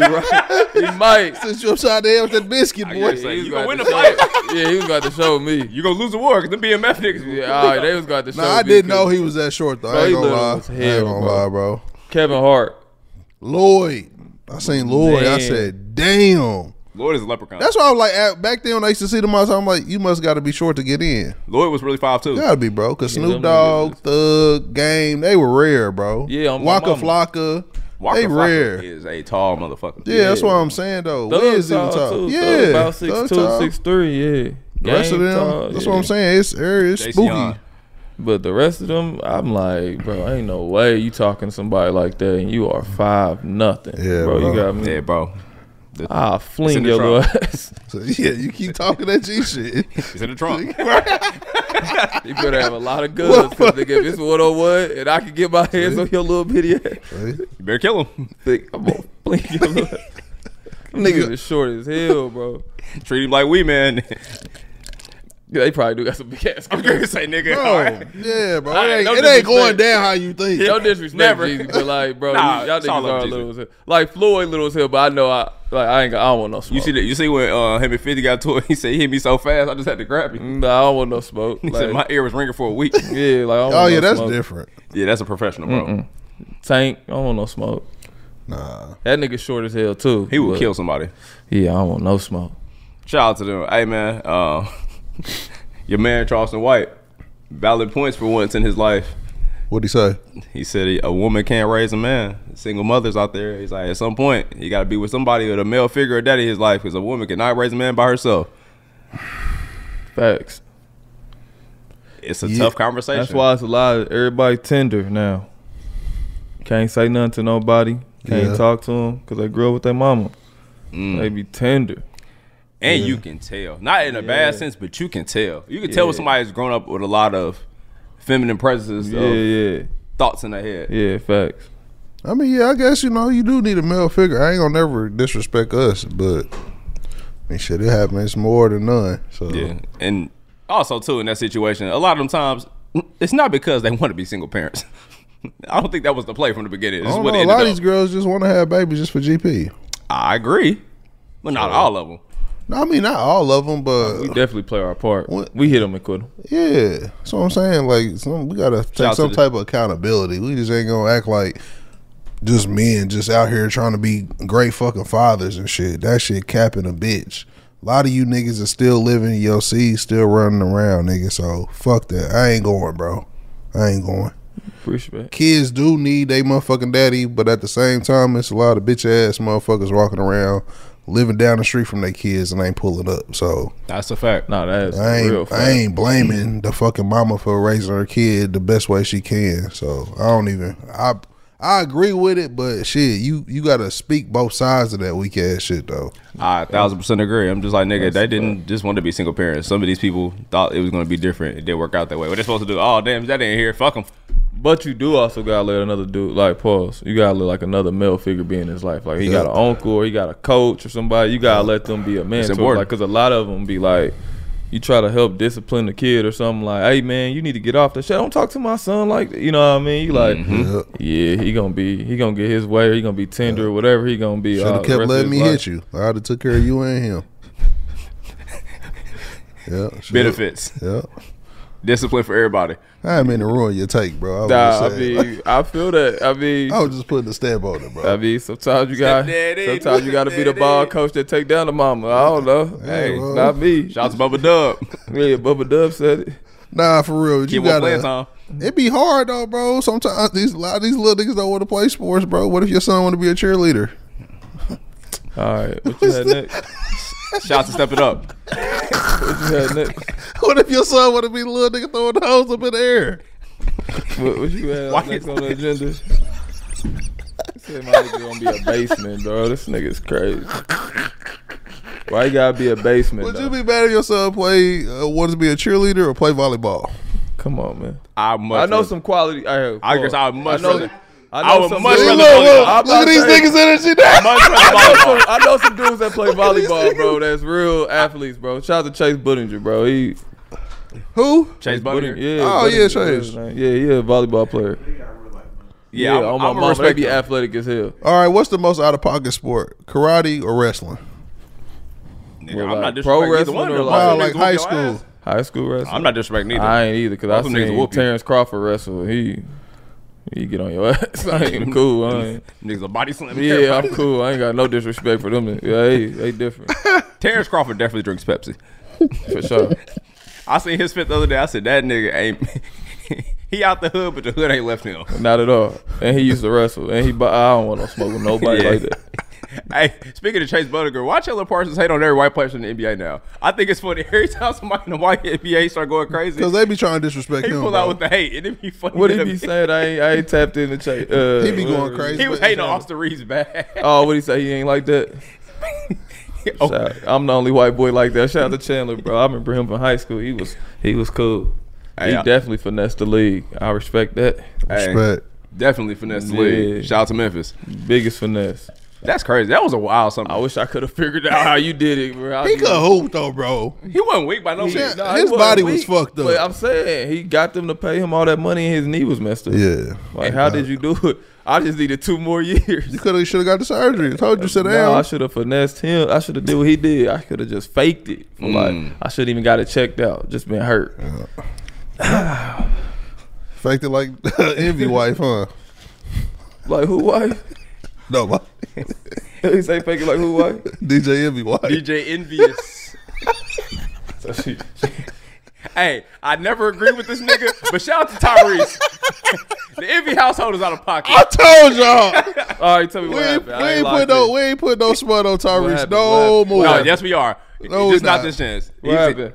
right. He might.
Since you upside there with that biscuit,
I
boy.
gotta say, you
about
gonna win
to
the fight.
show- yeah, he was about to show me.
You gonna lose the war because them BMF niggas.
Yeah, all right, they was about to show
Nah, I
me,
didn't
'cause-
know he was that short, though.
Bro,
I
he
ain't gonna
little
lie.
as
I
hell,
ain't gonna
bro.
lie, bro.
Kevin Hart.
Lloyd. I seen Lloyd. I
Man.
said, damn.
Lloyd is a leprechaun.
That's why I was like, at- back then when I used to see them outside, I'm like, you must got to be short to get in.
Lloyd was really five too.
Gotta be, bro. Because
Yeah,
Snoop
them niggas
Dogg, Thug, Game, they were rare, bro.
Yeah, on my
Waka
mama.
Flocka.
Walker
they
Flocka
rare.
is a tall motherfucker.
Yeah, that's what I'm saying though.
Thug
Wiz even
tall,
tall.
too. Thug
Yeah,
about
Thug
6'2",
tall.
6'3", yeah.
The rest of
Game
them,
tall,
that's
yeah.
what I'm saying. It's it's
Jason
spooky.
Yard. But the rest of them, I'm like, bro, ain't no way you talking to somebody like that and you are five nothing.
Yeah,
bro, you
bro.
got me.
Yeah, bro.
I'll fling
in the
your little
trunk.
ass.
So, yeah, you keep talking that G shit.
It's in the trunk.
You better have a lot of guns. 'cause nigga, if it's one on one and I can get my hands on your little bitty ass,
you
better kill him.
think I'm gonna fling your little Them niggas is short as hell, bro.
Treat him like we man.
Yeah, they probably do got some big ass.
I'm gonna say nigga.
Bro,
all right.
yeah, bro.
All
It
right,
ain't,
no
it ain't going
disrespect.
down how you think.
No disrespect,
Never.
Jeezy, but like, bro,
Nah,
you, all
it's all
niggas
love
are
Jeezy.
little as hell. Like Floyd, little as hell, but I know I like I ain't got, I don't want no smoke.
You see that? You see when uh, him and Fifty got to it? He said he hit me so fast, I just had to grab him.
Nah, Mm, I don't want no smoke.
He said
Like,
my ear was ringing for a week.
yeah, like I don't
Oh
want
yeah,
no
that's
smoke.
different.
yeah, that's a professional, bro.
Mm-mm. Tank, I don't want no smoke.
Nah,
That nigga short as hell too.
He would
but-
kill somebody.
Yeah, I don't want no smoke.
Shout out to them. Hey man, uh, your man Charleston White, valid points for once in his life.
what'd he say?
He said he- a woman can't raise a man. Single mothers out there. He's like, at some point, you got to be with somebody with a male figure or daddy in his life because a woman cannot raise a man by herself.
Facts.
It's a
Yeah.
tough conversation.
That's why it's a lot. Of, everybody tender now. Can't say nothing to nobody. Can't
Yeah.
talk to them because they grew up with their mama.
Mm.
They be tender.
And you can tell. Not in a bad sense, but you can tell. You can tell when
Yeah.
somebody's grown up with a lot of feminine prejudices
Yeah,
of
yeah,
thoughts in their head.
yeah. Facts.
I mean, yeah, I guess you know you do need a male figure. I ain't gonna never disrespect us, but I mean, shit, it happens more than none. So
Yeah, and also too in that situation, a lot of them times it's not because they want to be single parents. I don't think that was the play from the beginning.
I
This is
don't
what
know. Oh, A
ended
lot
up.
of these girls just want to have babies just for GP.
I agree, but not all of them.
No, I mean not all of them,
We
but
definitely play our part.
What-
We hit them and quit them.
yeah, that's what I'm saying. Like, some, we gotta take
out to
some
the-
type of accountability. We just ain't gonna act like just men just out here trying to be great fucking fathers and shit. That shit capping a bitch. A lot of you niggas are still living in your seeds, still running around, nigga. So fuck that. I ain't going, bro. I ain't going.
Appreciate it.
kids do need they motherfucking daddy, but at the same time, it's a lot of bitch ass motherfuckers walking around living down the street from their kids and ain't pulling up. So
That's a fact.
Nah, that's
I
real.
ain't
Fact.
I ain't blaming the fucking mama for raising her kid the best way she can. So I don't even I I agree with it, but shit, you you gotta speak both sides of that weak ass shit though.
I a thousand percent agree. I'm just like nigga, they didn't just want to be single parents. Some of these people thought it was going to be different. It didn't work out that way. What they supposed to do? Oh damn, that ain't here. Fuck them.
But you do also gotta let another dude like pause. You gotta let like another male figure be in his life. Like he got an uncle or he got a coach or somebody. You gotta let them be a man. to
important.
Like because a lot of them be like, you try to help discipline the kid or something. Like, hey man, you need to get off that shit. Don't talk to my son like that. You know what I mean? You like,
Mm-hmm.
yeah, he gonna be he gonna get his way. or He gonna be tender or whatever. He gonna be.
Should have
uh,
kept
rest of
letting
his
me
life.
hit you. I'd have took care of you and him. yeah. should've-
Benefits,
Yeah.
discipline for everybody.
I ain't mean to ruin your take, bro. I was
Nah, I
just saying.
mean, I feel that. I mean,
I was just putting a stab on it, bro.
I mean, sometimes you got
Stepdaddy,
sometimes you got to be the ball
stepdaddy.
coach that take down the mama. I don't know. Hey,
well.
not me.
Shout out to Bubba Dub.
Yeah, Bubba Dub said it.
Nah, for real.
Keep
You
on playing time.
gotta. It be hard though, bro. Sometimes uh, these a lot of these little niggas don't want to play sports, bro. What if your son want to be a cheerleader?
All right, what you had next?
Shout out to Step It Up.
What you had next?
What if your son want to be a little nigga throwing the hose up in the air?
What, what you had
Why
next
you-
on the agenda? You said my nigga gonna be a basement, bro. This nigga's crazy. Why you gotta be a basement?
Would
though?
you be mad if your son play uh, wanted to be a cheerleader or play volleyball?
Come on, man.
I
I know some quality. I,
I guess I much
know-
rather-
I,
I
know
would
some
much
dudes-
rather Look, look,
I'm
look at
about
these
to
niggas
say-
energy now. Much rather
I know
volleyball.
some- I know some dudes that play volleyball, bro. That's real athletes, bro. Shout out to Chase Budinger, bro. He
who
Chase Budinger?
Yeah.
Oh, yeah,
Budinger,
Chase.
his name. Yeah, yeah, volleyball player.
Yeah, I'm-
on
I'm
my
a
mom,
respect
baby,
him.
athletic as hell.
All right, what's the most out of pocket sport? Karate or wrestling?
Nigga, I'm not
pro
disrespecting either
wrestling
one
or
of them. Both
like- Wow,
them
like
niggas
high
whoop your
school.
ass.
High school wrestling.
I'm not disrespecting either.
I ain't either because I
Both them niggas
seen
whoop you.
Terrence Crawford wrestle. He he get on your ass. I ain't cool. I ain't.
Niggas a body slam.
Yeah, I'm cool. I ain't got no disrespect for them. Yeah, they, they different
Terrence Crawford definitely drinks Pepsi.
for sure.
I seen his fit the other day. I said that nigga ain't. he out the hood, but the hood ain't left him.
Not at all. And he used to wrestle. And he, bu- I don't want no smoke with nobody
Yeah.
like that.
Hey, speaking of Chase Buttiger, why Chandler Parsons hate on every white player in the NBA now? I think it's funny every time somebody in the white NBA start going crazy.
Because they be trying to disrespect
He
him.
pull
bro.
out with the hate, and it be funny.
What
to
he
me.
be saying? I ain't, I ain't tapped in the chat. Uh,
He be going
whatever.
crazy.
He was hating on Austin Reeves bad.
Oh, what he say? He ain't like that.
Oh.
Shout- I'm the only white boy like that. Shout out to Chandler, bro. I remember him from high school. He was he was cool.
Hey,
he
I-
definitely finessed the league. I respect that.
Hey,
Respect.
definitely finesse the league.
Yeah.
Shout out to Memphis.
Biggest finesse.
That's crazy. That was a wild something. I
wish I could have figured out how you did it, bro. I
He
just-
could hoop though, bro.
He wasn't weak by no means.
Yeah,
Nah, he
his
wasn't
body was
weak,
fucked up.
But I'm saying he got them to pay him all that money, and his knee was messed up.
Yeah.
Like, how did you do it? I just needed two more years.
You could have, should have got the surgery. I told you, sit down.
No, I should have finessed him. I should have did what he did. I could have just faked it. For
Mm.
Like I should even got it checked out. Just been hurt.
Faked it like envy wife, huh?
Like who wife?
No, my-
he say fake it like who wife?
DJ envy wife.
DJ Envious. hey, I never agree with this nigga, but shout out to Tyrese. the Envy household is out of pocket.
I told y'all.
All right, tell me
We
what
ain't,
happened.
we
I
ain't
locked
put no
in.
we ain't put no smut on Tyrese
happened?
no
What
more.
No, yes, we are.
Oh, No,
Just
we
not.
not.
this chance.
What happened?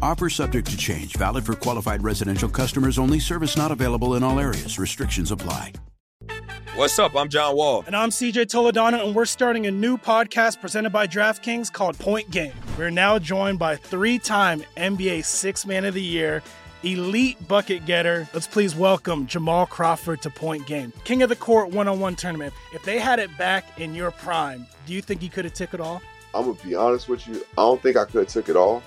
Offer subject to change, valid for qualified residential customers only, service not available in all areas. Restrictions apply.
What's up? I'm John Wall.
And I'm CJ Toledano, and we're starting a new podcast presented by DraftKings called Point Game. We're now joined by three time NBA Six Man of the Year, elite bucket getter. Let's please welcome Jamal Crawford to Point Game, King of the Court one on one tournament. If they had it back in your prime, do you think you could have took it all?
I'm gonna be honest with you. I don't think I could have took it all,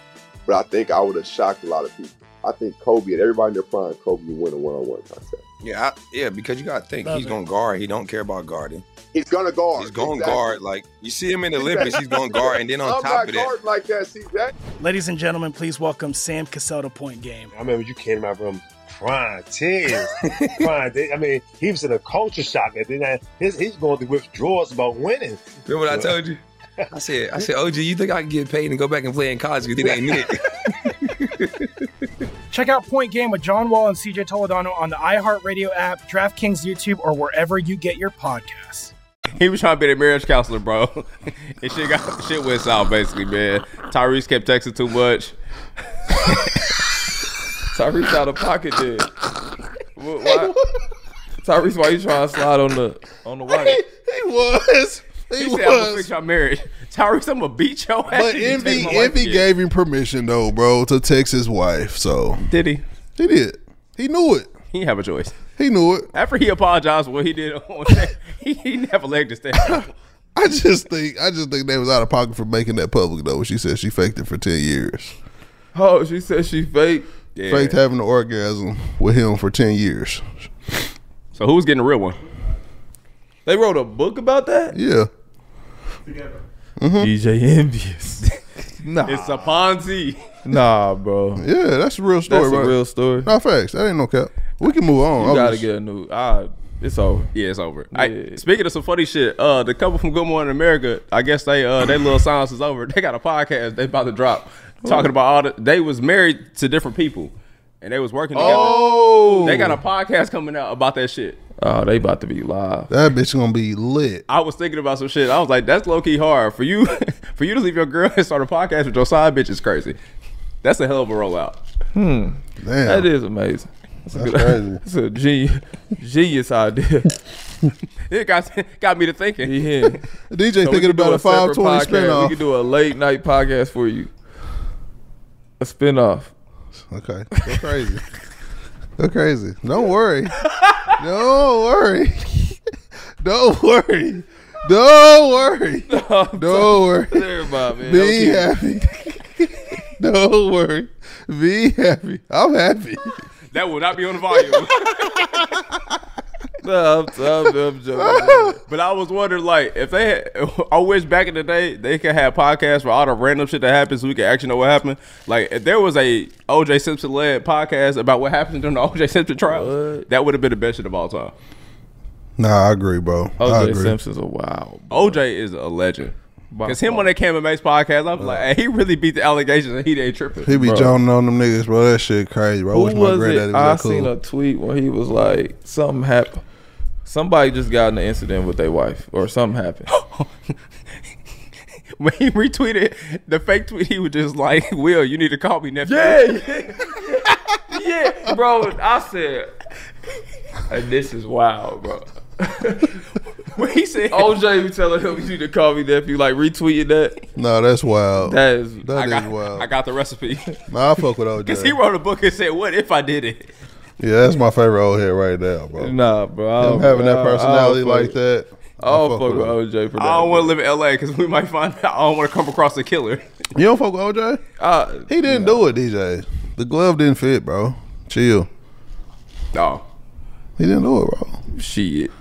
but I think I would have shocked a lot of people. I think Kobe and everybody in their prime, Kobe would win a one-on-one contest.
Yeah, I, yeah, because you gotta think
Love
he's
it.
gonna guard. He don't care about guarding.
He's gonna guard.
He's gonna
Exactly.
guard. Like you see him in the Olympics, he's gonna guard, and then on
I'm
top
not
of that,
guarding like that. See that?
Ladies and gentlemen, please welcome Sam Cassell to Point Game.
I remember you came in my room crying tears, crying. Tears. I mean, he was in a culture shock, and then I, his, he's going through withdrawals about winning.
remember what I told you? I said, I said, OG, you think I can get paid and go back and play in college because it ain't it?
Check out Point Game with John Wall and CJ Toledano on the iHeartRadio app, DraftKings YouTube, or wherever you get your podcasts.
He was trying to be the marriage counselor, bro. and shit got shit went south basically, man. Tyrese kept texting too much.
Tyrese out of pocket there. Wh- Why, Tyrese, why you trying to slide on the on the white?
He was. He,
He,
was.
said, "I'm gonna fix your marriage, Tyrese. I'm gonna beat your ass."
But
if you take
Envy
my wife
Envy
again."
gave him permission though, bro, to text his wife. So
Did he?
He did. He knew it.
He didn't have a choice.
He knew it.
After he apologized for what he did on that, he, he never legged his down.
I just think I just think they was out of pocket for making that public though. when She said she faked it for ten years.
Oh, she said she fake.
Faked having an orgasm with him for ten years.
So who's getting the real one?
They wrote a book about that.
Yeah.
Together.
DJ Envious. nah.
It's a Ponzi.
Nah, bro.
Yeah, that's a real story.
That's a
bro.
real story.
Nah, facts. That ain't no cap. We can move on.
You
I
gotta
was-
get a new. Ah, it's over.
Yeah, it's over. I, speaking of some funny shit, uh, the couple from Good Morning America, I guess they uh, they little silence is over. They got a podcast they about to drop, talking about all the. They was married to different people, and they was working together.
Oh.
they got a podcast coming out about that shit.
Oh, they about to be live.
That bitch gonna be lit.
I was thinking about some shit. I was like, that's low key hard for you. for you to leave your girl and start a podcast with your side bitch is crazy. That's a hell of a rollout.
Hmm.
Damn.
That is amazing. That's, a
That's
good-
crazy.
That's a genius, genius idea.
It got got me to thinking.
Yeah.
DJ
So we
thinking
could do
about a
separate
520
podcast. We
spinoff.
could do a late night podcast for you. A spinoff.
Okay. Go crazy. Go crazy. Don't worry. Don't worry. Don't worry. Don't worry. Don't worry.
Everybody, man.
Be
Don't
happy. Don't worry. Be happy. I'm happy.
That will not be on the volume.
No, I'm, I'm, I'm joking.
But I was wondering, like, if they had, I wish back in the day they could have podcasts for all the random shit that happens so we could actually know what happened. Like, if there was a OJ Simpson led podcast about what happened during the OJ Simpson trial, that would have been the best shit of all time.
Nah, I agree, bro. I
OJ
agree.
Simpson's a wow.
OJ is a legend. Because him on that Cam and Mace podcast, I was like, hey, he really beat the allegations and he ain't tripping.
He be joning on them niggas, bro. That shit crazy, bro. I wish
Who
my
was it?
granddaddy was
I
that cool.
seen a tweet where he was like, something happened. Somebody just got in an incident with their wife, or something happened.
When he retweeted the fake tweet, he was just like, Will, you need to call me nephew.
yeah, yeah, bro. I said, and this is wild, bro.
when he said,
OJ was telling him you need to call me nephew, like retweeted that.
No, that's wild.
That is
That
I
is
got,
wild.
I got the recipe.
Nah, I fuck with
Because he
OJ.
wrote a book and said, What if I did it?
Yeah, that's my favorite old head right now, bro.
nah, bro. I
Him
don't-
having that
I don't- I don't
personality
fuck
like
with-
that.
I
I
don't fuck,
fuck with
with OJ for that.
I don't want to live in LA because we might find out. I don't want to come across a killer.
You don't fuck with OJ?
Uh,
He didn't do it, DJ. The glove didn't fit, bro. Chill.
No.
He didn't do it, bro.
Shit.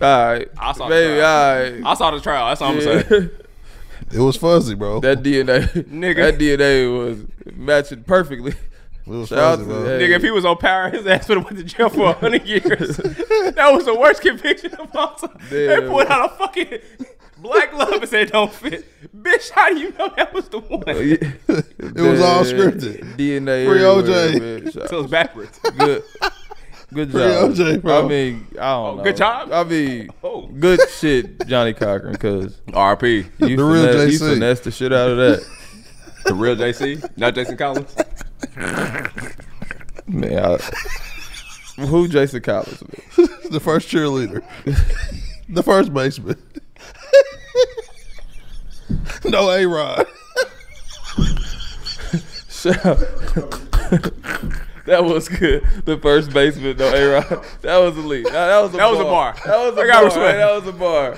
All right,
I saw the
baby. All
trial.
right.
I saw the trial. That's all I'm
Yeah.
saying.
It was fuzzy, bro.
That DNA,
Nigga.
that DNA was matching perfectly.
It was
Shout out
fuzzy,
to-
bro.
hey.
Nigga, if he was on power, his ass would have went to jail for 100 years. that was the worst conviction of all time. They
Damn.
pulled out a fucking black love and said, don't fit. Bitch, how do you know that was the one?
it
It was all scripted.
DNA.
Free
everywhere,
OJ.
man. Shout-
So it's backwards.
good. Good job.
OJ, bro.
I mean, I don't know.
Oh, good job?
I mean,
Oh.
good shit, Johnny Cochran, because
RP.
you,
The real
finesse- you
JC.
finessed the shit out of that.
The real JC, not Jason Collins.
Man, I, who Jason Collins? was?
The first cheerleader. the first baseman. no A Rod.
that was good. The first baseman, though, A-Rod. That was elite. That, that was a
That
bar.
was a bar.
That was a
I got
bar.
respect.
That was a bar.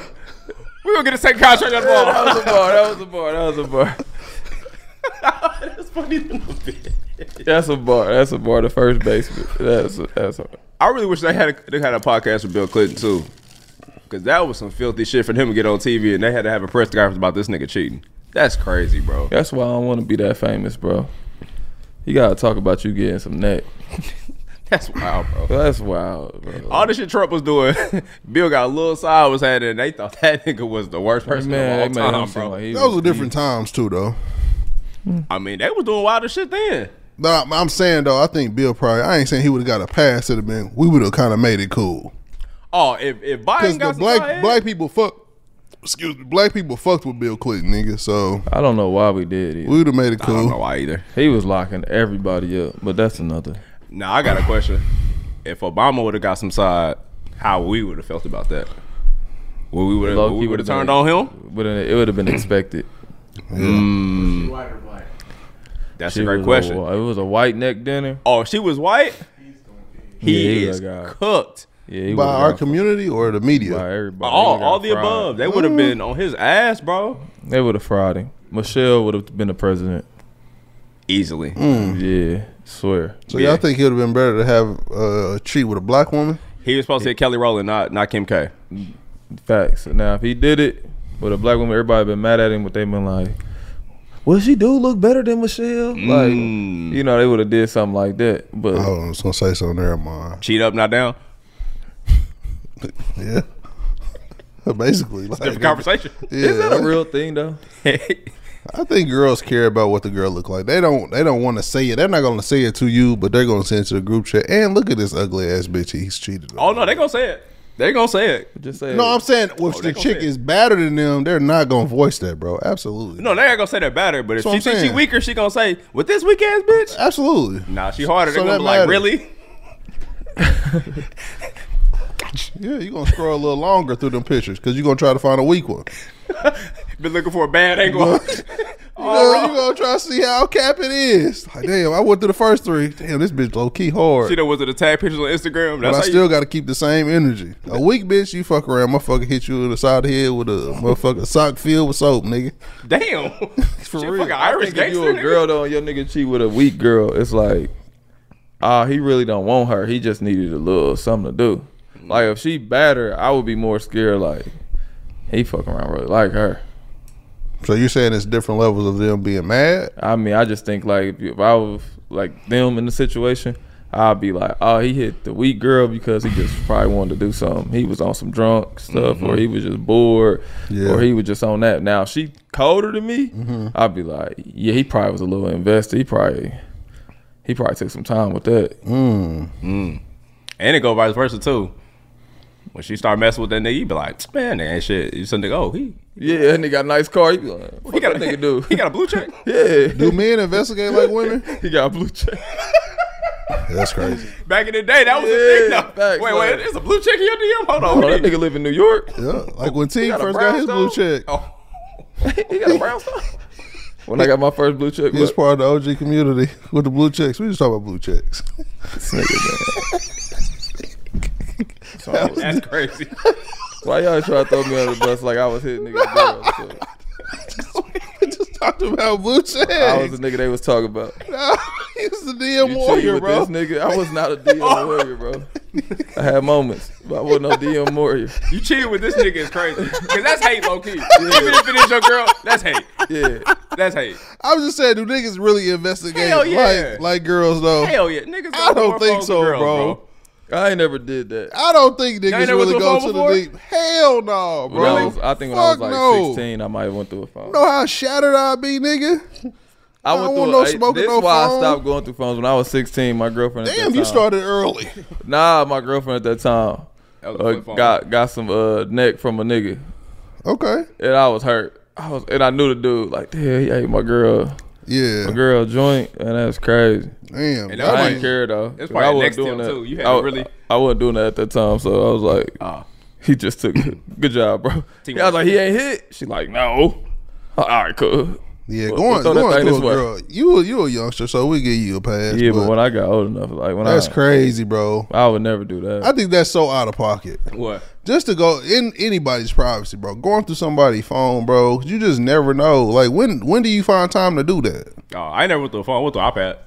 We gonna get a second contract on the
Yeah,
ball.
that was a bar. That was a bar. That was a bar.
That's funny than a bitch.
That's a bar. That's a bar. The first baseman. That's a, that's a,
I really wish they had a, they had a podcast with Bill Clinton too, because that was some filthy shit for him to get on TV, and they had to have a press conference about this nigga cheating. That's crazy, bro.
That's why I don't want to be that famous, bro. You gotta talk about you getting some neck.
That's wild, bro.
That's wild, bro.
All this shit Trump was doing, Bill got a little side was had, and they thought that nigga was the worst person
man,
of
they
all
made him
time,
seem
bro.
like he
Those
was-
were different times too, though.
I mean, they was doing wilder shit then.
No, I'm- I'm saying though, I think Bill probably. I ain't saying he would have got a pass. It'd have been we would have kind of made it cool
Oh, if if
because
Biden
the
got
black
black,
black people fuck. Excuse me, black people fucked with Bill Clinton, nigga. So
I don't know why we did it.
we would have made it
I don't know
cool.
why either.
He was locking everybody up, but that's another.
Now I got a question. If Obama would have got some side, how we would have felt about that? Well, we would have
Low-key
we would have
would've
turned
been-
on him.
But it it would have been expected.
White or black?
That's
It
a great
was
question.
it was a white neck dinner.
Oh, she was white.
Yeah,
He
he
is
would've got-
cooked.
Yeah, he
By
would've
our
got-
community or the
by
media?
everybody. He
All,
would've got
all the
fried.
above. They would have been on his ass, bro.
They would have fried him. Michelle would have been the president.
Easily. Mm.
Yeah, swear.
So y'all think it would have been better to have uh, a treat with a black woman?
He was supposed to hit Kelly Rowland, not not Kim K.
Facts. Now, if he did it with a black woman, everybody been mad at him, but they been like, "Well, she do look better than Michelle." Like, you know, they would have did something like that. But
Oh,
Oh, I was gonna say something there, man.
Cheat up, not down.
yeah. Basically,
It's a
like,
different conversation.
Is that a real thing though?
I think girls care about what the girl look like. They don't. They don't want to say it. They're not gonna say it to you, but they're gonna send it to the group chat. And look at this ugly ass bitch. He's cheated. on."
Oh no, they gonna say it. They gonna say it.
Just say
No, I'm saying
Oh,
if the chick is badder than them, they're not gonna voice that, bro. Absolutely.
No, they ain't gonna say that better. But if
That's what
she
I'm
thinks she
saying.
weaker, she gonna say with this weak ass bitch.
Absolutely.
Nah, she harder.
So
they gonna
that
be like,
matters.
really?
Yeah, you're gonna scroll a little longer through them pictures because you're gonna try to find a weak one.
Been looking for a bad angle.
you
Oh.
know, you gonna try to see how cap it is. Like, damn, I went through the first three. Damn, this bitch low key hard.
she done was it the tag pictures on Instagram.
but
That's
I
how
still
you,
got to keep the same energy. A weak bitch, you fuck around, motherfucker hit you in the side of the head with a motherfucker sock filled with soap, nigga.
damn. For she real. fucking Irish
think if
gangster.
you a girl though, and your nigga cheat with a weak girl, it's like, ah, he really don't want her. He just needed a little something to do. Like if she badder, I would be more scared. Like he fucking around really like her.
So you're saying it's different levels of them being mad?
I mean, I just think like if, you- if I was like them in the situation, I'd be like, oh, he hit the weak girl because he just probably wanted to do something. He was on some drunk stuff, or
Mhm.
he was just bored,
Yeah.
or he was just on that. Now if she colder than me. I'd be like, yeah, he probably was a little invested. He probably he probably took some time with that.
Mm.
And it go vice versa too. When she start messing with that nigga, you be like, man, that ain't shit. You send nigga, oh, he
Yeah, and he got a nice car. He be like, what that nigga do? He
got a blue check.
yeah.
Do men investigate like women?
he got a blue check.
That's crazy.
Back in the day, that was the thing. though. wait, wait, there's a blue check in your DM. Hold on,
Oh,
we
that
need-
nigga live in New York.
Yeah, like when
He
T
got a
first got his blue
brownstone?
check.
Oh.
he got a brownstone. When I got my first blue check,
He was part of the OG community with the blue checks. We just talk about blue checks.
That's crazy.
Why y'all try to throw me under the bus like I was hitting niggas? girls, so-
We just talked about blue checks.
I was the nigga they was talking about.
No, he was the DM
You cheated
warrior,
with
bro.
This nigga, I was not a DM warrior, bro. I had moments, but I wasn't no DM warrior.
You cheating with this nigga is crazy. Cause that's hate, low key. Even if it is your girl, that's hate.
Yeah,
that's hate.
I was just saying, do niggas really investigate
Hell yeah.
like, like girls though?
Hell yeah, niggas.
I
got more
don't think
phones
so,
than girls,
bro.
I ain't never did that.
I don't think
Y'all ain't
niggas
never
really
went
go
to a
to
phone
the deep. Hell no,
When I,
bro.
was, I think when I was
Fuck
like
no.
16, I might have went through a phone.
You know how shattered I be, nigga?
I went
don't
through.
want no
I-
smoking,
this
no
why
phone.
I stopped going through phones when I was 16. My girlfriend. at that
Damn, you
time-
started early.
Nah, my girlfriend at that time uh, got got some uh, neck from a nigga,
Okay.
and I was hurt. I was, and I knew the dude. Like, damn, he ate my girl.
Yeah,
my girl joint, and that's crazy.
Damn,
And that
I
was-
didn't care though.
that's
'cause
probably
I wasn't
next to
doing
him,
that.
too. You had
I,
to
wa-
really- Oh.
I wasn't doing that at that time, so I was like, he just took. it. Good job, bro. I was like, he ain't hit. She like, no. All right, cool.
Yeah,
We'll-
going
we'll throw that
going
thing
to a
this way.
girl. You a- you a youngster, so we give you a pass.
Yeah, but when I got old enough, like when
That's
I,
crazy, bro.
I would never do that.
I think that's so out of pocket.
What?
Just to go in anybody's privacy, bro. Going through somebody's phone, bro. 'cause You just never know. Like when when do you find time to do that?
Oh, I ain't never went through a phone. I went through an iPad.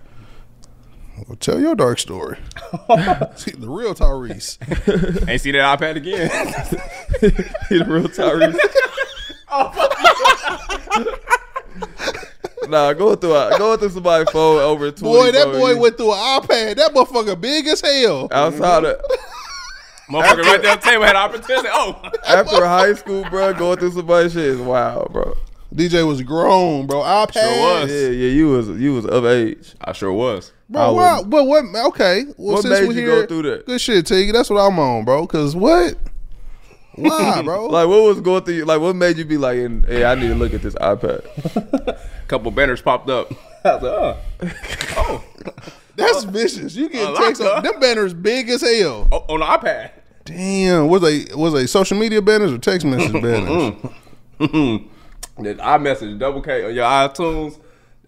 Well, tell your dark story. See, the real Tyrese.
ain't see that iPad again.
he the real Tyrese.
Oh,
nah, going through a, going through somebody's phone over twenty.
Boy, that
bro,
boy
you-
went through an iPad. That motherfucker big as hell.
outside of
Motherfucker right there on the table had an opportunity. Oh,
after high school, bro. Going through somebody's shit is wild, bro.
DJ was grown, bro. iPad.
Sure was.
Yeah, yeah, you was you was of age.
I sure was.
Bro, wow. But what? Okay. Well,
What
since
made
we're
you
here,
go through that?
Good shit, Tiggy. That's what I'm on, bro. Cause what? Why, bro?
like, what was going through? you? Like, what made you be like, "Hey, I need to look at this iPad"?
couple banners popped up. I was like, oh.
That's vicious. You get
I
texts
like
uh-huh.
on them banners big as hell.
Oh, on the iPad.
Damn, was they was they social media banners or text message
Mm-hmm.
banners?
Then iMessage, double K on your iTunes.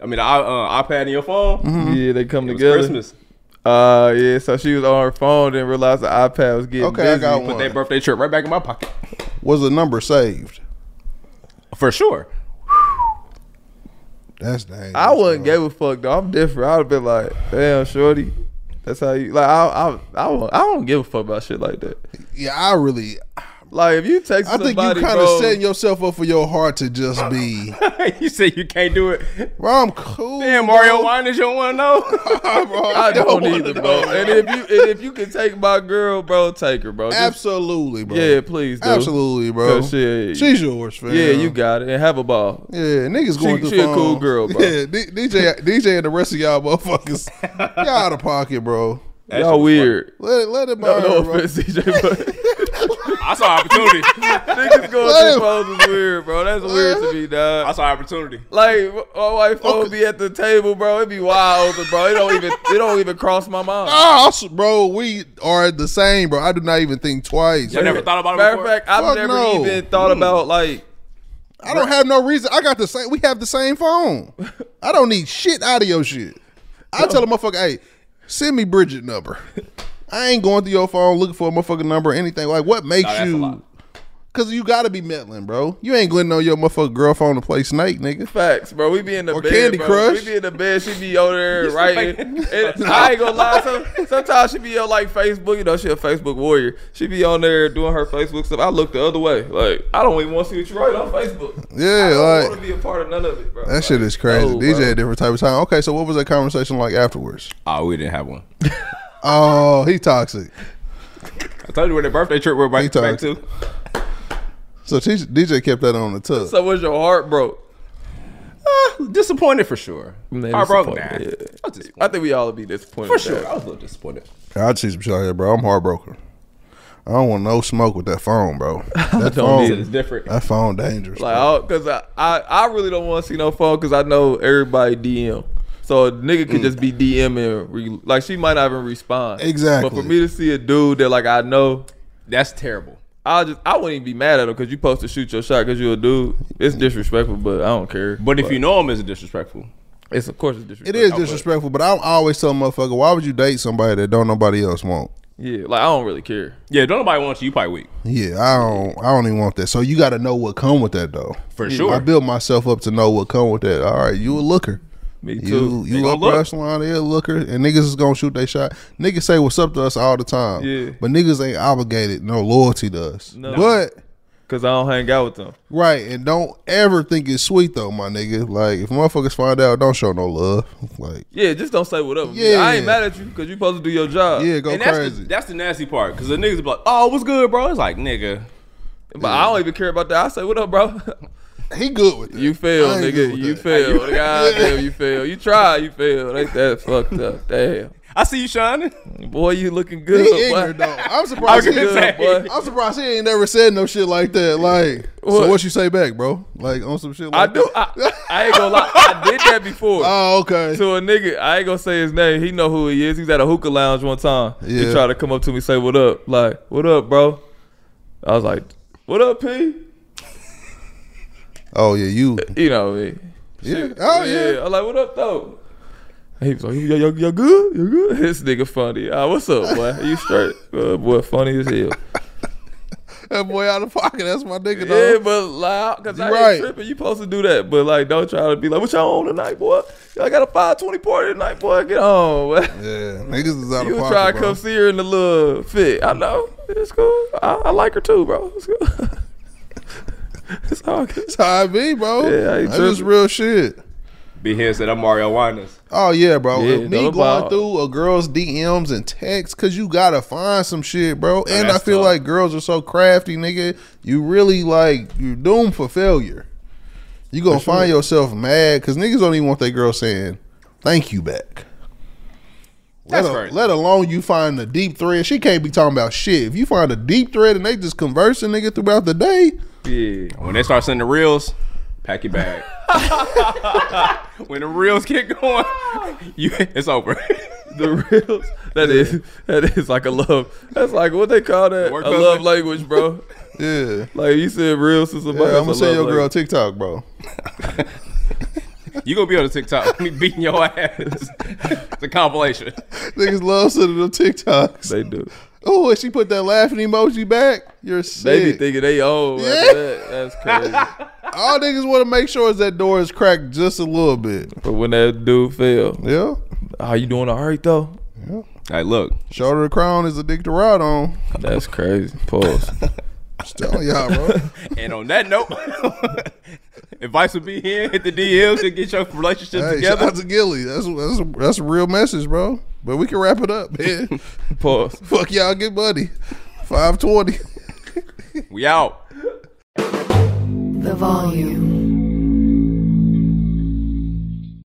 I mean, the i- uh, iPad in your phone.
Mm-hmm.
Yeah, they come
It was
together.
Christmas.
Uh, yeah. So she was on her phone, didn't realize the iPad was getting
Okay, I
busy.
got
Put that birthday trip right back in my pocket.
was the number saved?
For sure.
That's dang.
I wouldn't give a fuck though. I'm different. I'd have been like, damn, shorty. That's how you like. I I I, won't- I don't give a fuck about shit like that.
Yeah, I really,
Like if you take
I think you kind of setting yourself up for your heart to just be.
you say you can't do it.
Bro, I'm cool.
Damn, Mario Winans, you don't want to know?
I don't either, bro. And if you and if you can take my girl, bro, take her, bro. Just-
Absolutely, bro.
Yeah, please, do.
Absolutely, bro.
'Cause shit,
She's yours, fam.
Yeah, you got it. And have a ball.
Yeah, niggas
She-
going through
she a cool
phones.
girl, bro.
Yeah, D- DJ, DJ, and the rest of y'all motherfuckers, y'all out of pocket, bro.
Y'all weird.
Let it, let it burn,
No, no
bro.
offense, DJ, but
I saw opportunity.
niggas
Let
going
him-
through phones is weird, bro. That's weird to me, dog.
I saw opportunity.
Like my wife phone be at the table, bro. It be wild, open, bro. It don't even it don't even cross my mind.
Ah, also, bro, we are the same, bro. I do not even think twice.
Y'all never thought about it
Matter of
before?
fact, I've
Fuck
never
no. Mm.
even thought about like
I don't have no reason. I got the same. We have the same phone. I don't need shit out of your shit. I tell a motherfucker, hey, send me Bridget number. I ain't going through your phone looking for a motherfucking number or anything. Like, what makes
Nah, that's a lot.
you? Because you got to be meddling, bro. You ain't going on your motherfucking girl phone to play Snake, nigga.
facts, bro. We be in the
Or
bed,
Candy
bro.
Crush.
We be in the bed. She be over there
You still
writing. And I ain't gonna lie. Some, sometimes she be on like Facebook. You know, she a Facebook warrior. She be on there doing her Facebook stuff. I look the other way. Like I don't even want to see what you write on Facebook. I
Yeah,
don't
like.
want to be a part of none of it, bro.
That shit is crazy.
no,
DJ
bro.
a different type of time. Okay, so what was that conversation like afterwards?
Oh, we didn't have one.
Oh, he toxic.
I told you where the birthday trip we're
He
back, back
told-
to.
So T- DJ kept that on the tub.
So was your heart broke?
Uh, Disappointed for sure.
Man,
I broke nah.
disappointed, yeah.
I was disappointed.
I think we all would be disappointed.
For
with
sure.
that.
I was a little disappointed.
I'd see some shit out here, bro. I'm heartbroken. I don't want no smoke with that phone, bro. That
don't
phone,
either.
It's different.
that phone dangerous.
Like, I, cause I, I, I really don't want to see no phone because I know everybody DM. So a nigga
Mm.
could just be DMing, re, like she might not even respond.
Exactly.
But for me to see a dude that like I know,
That's terrible.
I just I wouldn't even be mad at him because you supposed to shoot your shot because you a dude. It's disrespectful, but I don't care.
But if you know him, it's disrespectful.
it's of course it's
It
disrespectful.
is disrespectful, but I always tell a motherfucker, why would you date somebody that don't nobody else want?
Yeah, like I don't really care.
Yeah, don't nobody want you. You probably weak.
Yeah, I don't. I don't even want that. So you got to know what come with that, though.
For sure.
I built myself up to know what come with that. All right, you a looker.
Me
You
too.
They
you
gonna
up
look.
rush line, they a looker, and niggas is gonna shoot they shot. Niggas say what's up to us all the time.
Yeah.
But niggas ain't obligated, no loyalty to us.
No.
But
Cause I don't hang out with them.
right, and don't ever think it's sweet though, my nigga. Like if motherfuckers find out, don't show no love. Like
Yeah, just don't say what up. Yeah.
Yeah.
I ain't mad at you because you supposed to do your job.
yeah, go
and that's
crazy.
the, that's the nasty part because the niggas be like, "Oh, what's good, bro?" It's like, nigga,
But I don't even care about that. I say what up, bro.
he good with that.
You fail,
I ain't good
nigga.
with
You
that.
fail. God damn, you fail. You try, you fail. Ain't that fucked up? Damn.
I see you shining.
Boy, you looking
He
good. boy.
ignorant though. I'm surprised.
Looking
He,
gonna say-
good, boy.
I'm surprised he ain't never said no shit like that. Like
What?
so, what you say back, bro? Like on some shit.
I
Like
do. I, I ain't gonna lie. I did that before.
Oh, okay.
to a nigga, I ain't gonna say his name. He know who he is. He was at a hookah lounge one time. He
Yeah.
tried to come up to me, say what up, like what up, bro. I was like, what up, P?
oh yeah, you.
You know me.
Yeah. Oh yeah.
I'm like, what up though? And He was like, yo, yo, yo, good, you good. This nigga funny. Ah, what's up, boy? You straight, uh, boy? Funny as hell.
That boy out of pocket. That's my nigga. though.
Yeah, but loud, cause I
Right.
ain't tripping. You supposed to do that, but like, don't try to be like, "What y'all on tonight, boy? Y'all got a five twenty party tonight, boy? Get on." boy."
Yeah, niggas is out
you
of
was
pocket.
trying to
bro.
come see her in the little fit. I know it's cool. I, I like her too, bro. It's cool. it's all good.
That's how I be, bro.
Yeah, I ain't
That's just
tripping.
real shit.
Be here said I'm Mario Winans.
Oh yeah, bro.
Yeah,
me
no
going
about-
through a girl's DMs and texts because you gotta find some shit, bro. And I
that's
feel
tough.
like girls are so crafty, nigga. You really like you're doomed for failure. You gonna find yourself mad because niggas don't even want their girl saying thank you back. let,
That's
a-
crazy.
let alone you find a deep thread. She can't be talking about shit. If you find a deep thread and they just conversing, nigga, throughout the day,
Yeah,
When they start sending the reels, pack your bag. when the reels get going, you it's over.
the reels. That is that is like a love. That's like what they call that
Work
a
husband.
love language, bro.
yeah.
like you said, reels to somebody.
Yeah,
that's
I'm gonna
a
send your
love
girl
language.
TikTok, bro.
you gonna be on the TikTok me beating your ass. it's a compilation.
Niggas love sending them TikToks.
They do.
Oh, and she put that laughing emoji back. You're sick.
They be thinking they old. after
Yeah.
that. That's crazy.
All niggas want to make sure is that door is cracked just a little bit.
But when that dude fell,
Yeah.
how you doing all right though?
Like, look,
Shoulder to crown is a dick to ride on.
That's crazy. Pause.
Just telling y'all, bro.
and on that note, advice would be here. Hit the DMs and get your relationship
Hey, shout
together.
out to Gilly. That's that's a, that's a real message, bro. But we can wrap it up, man.
Pause.
Fuck y'all, get money. Five twenty.
we out.
The volume.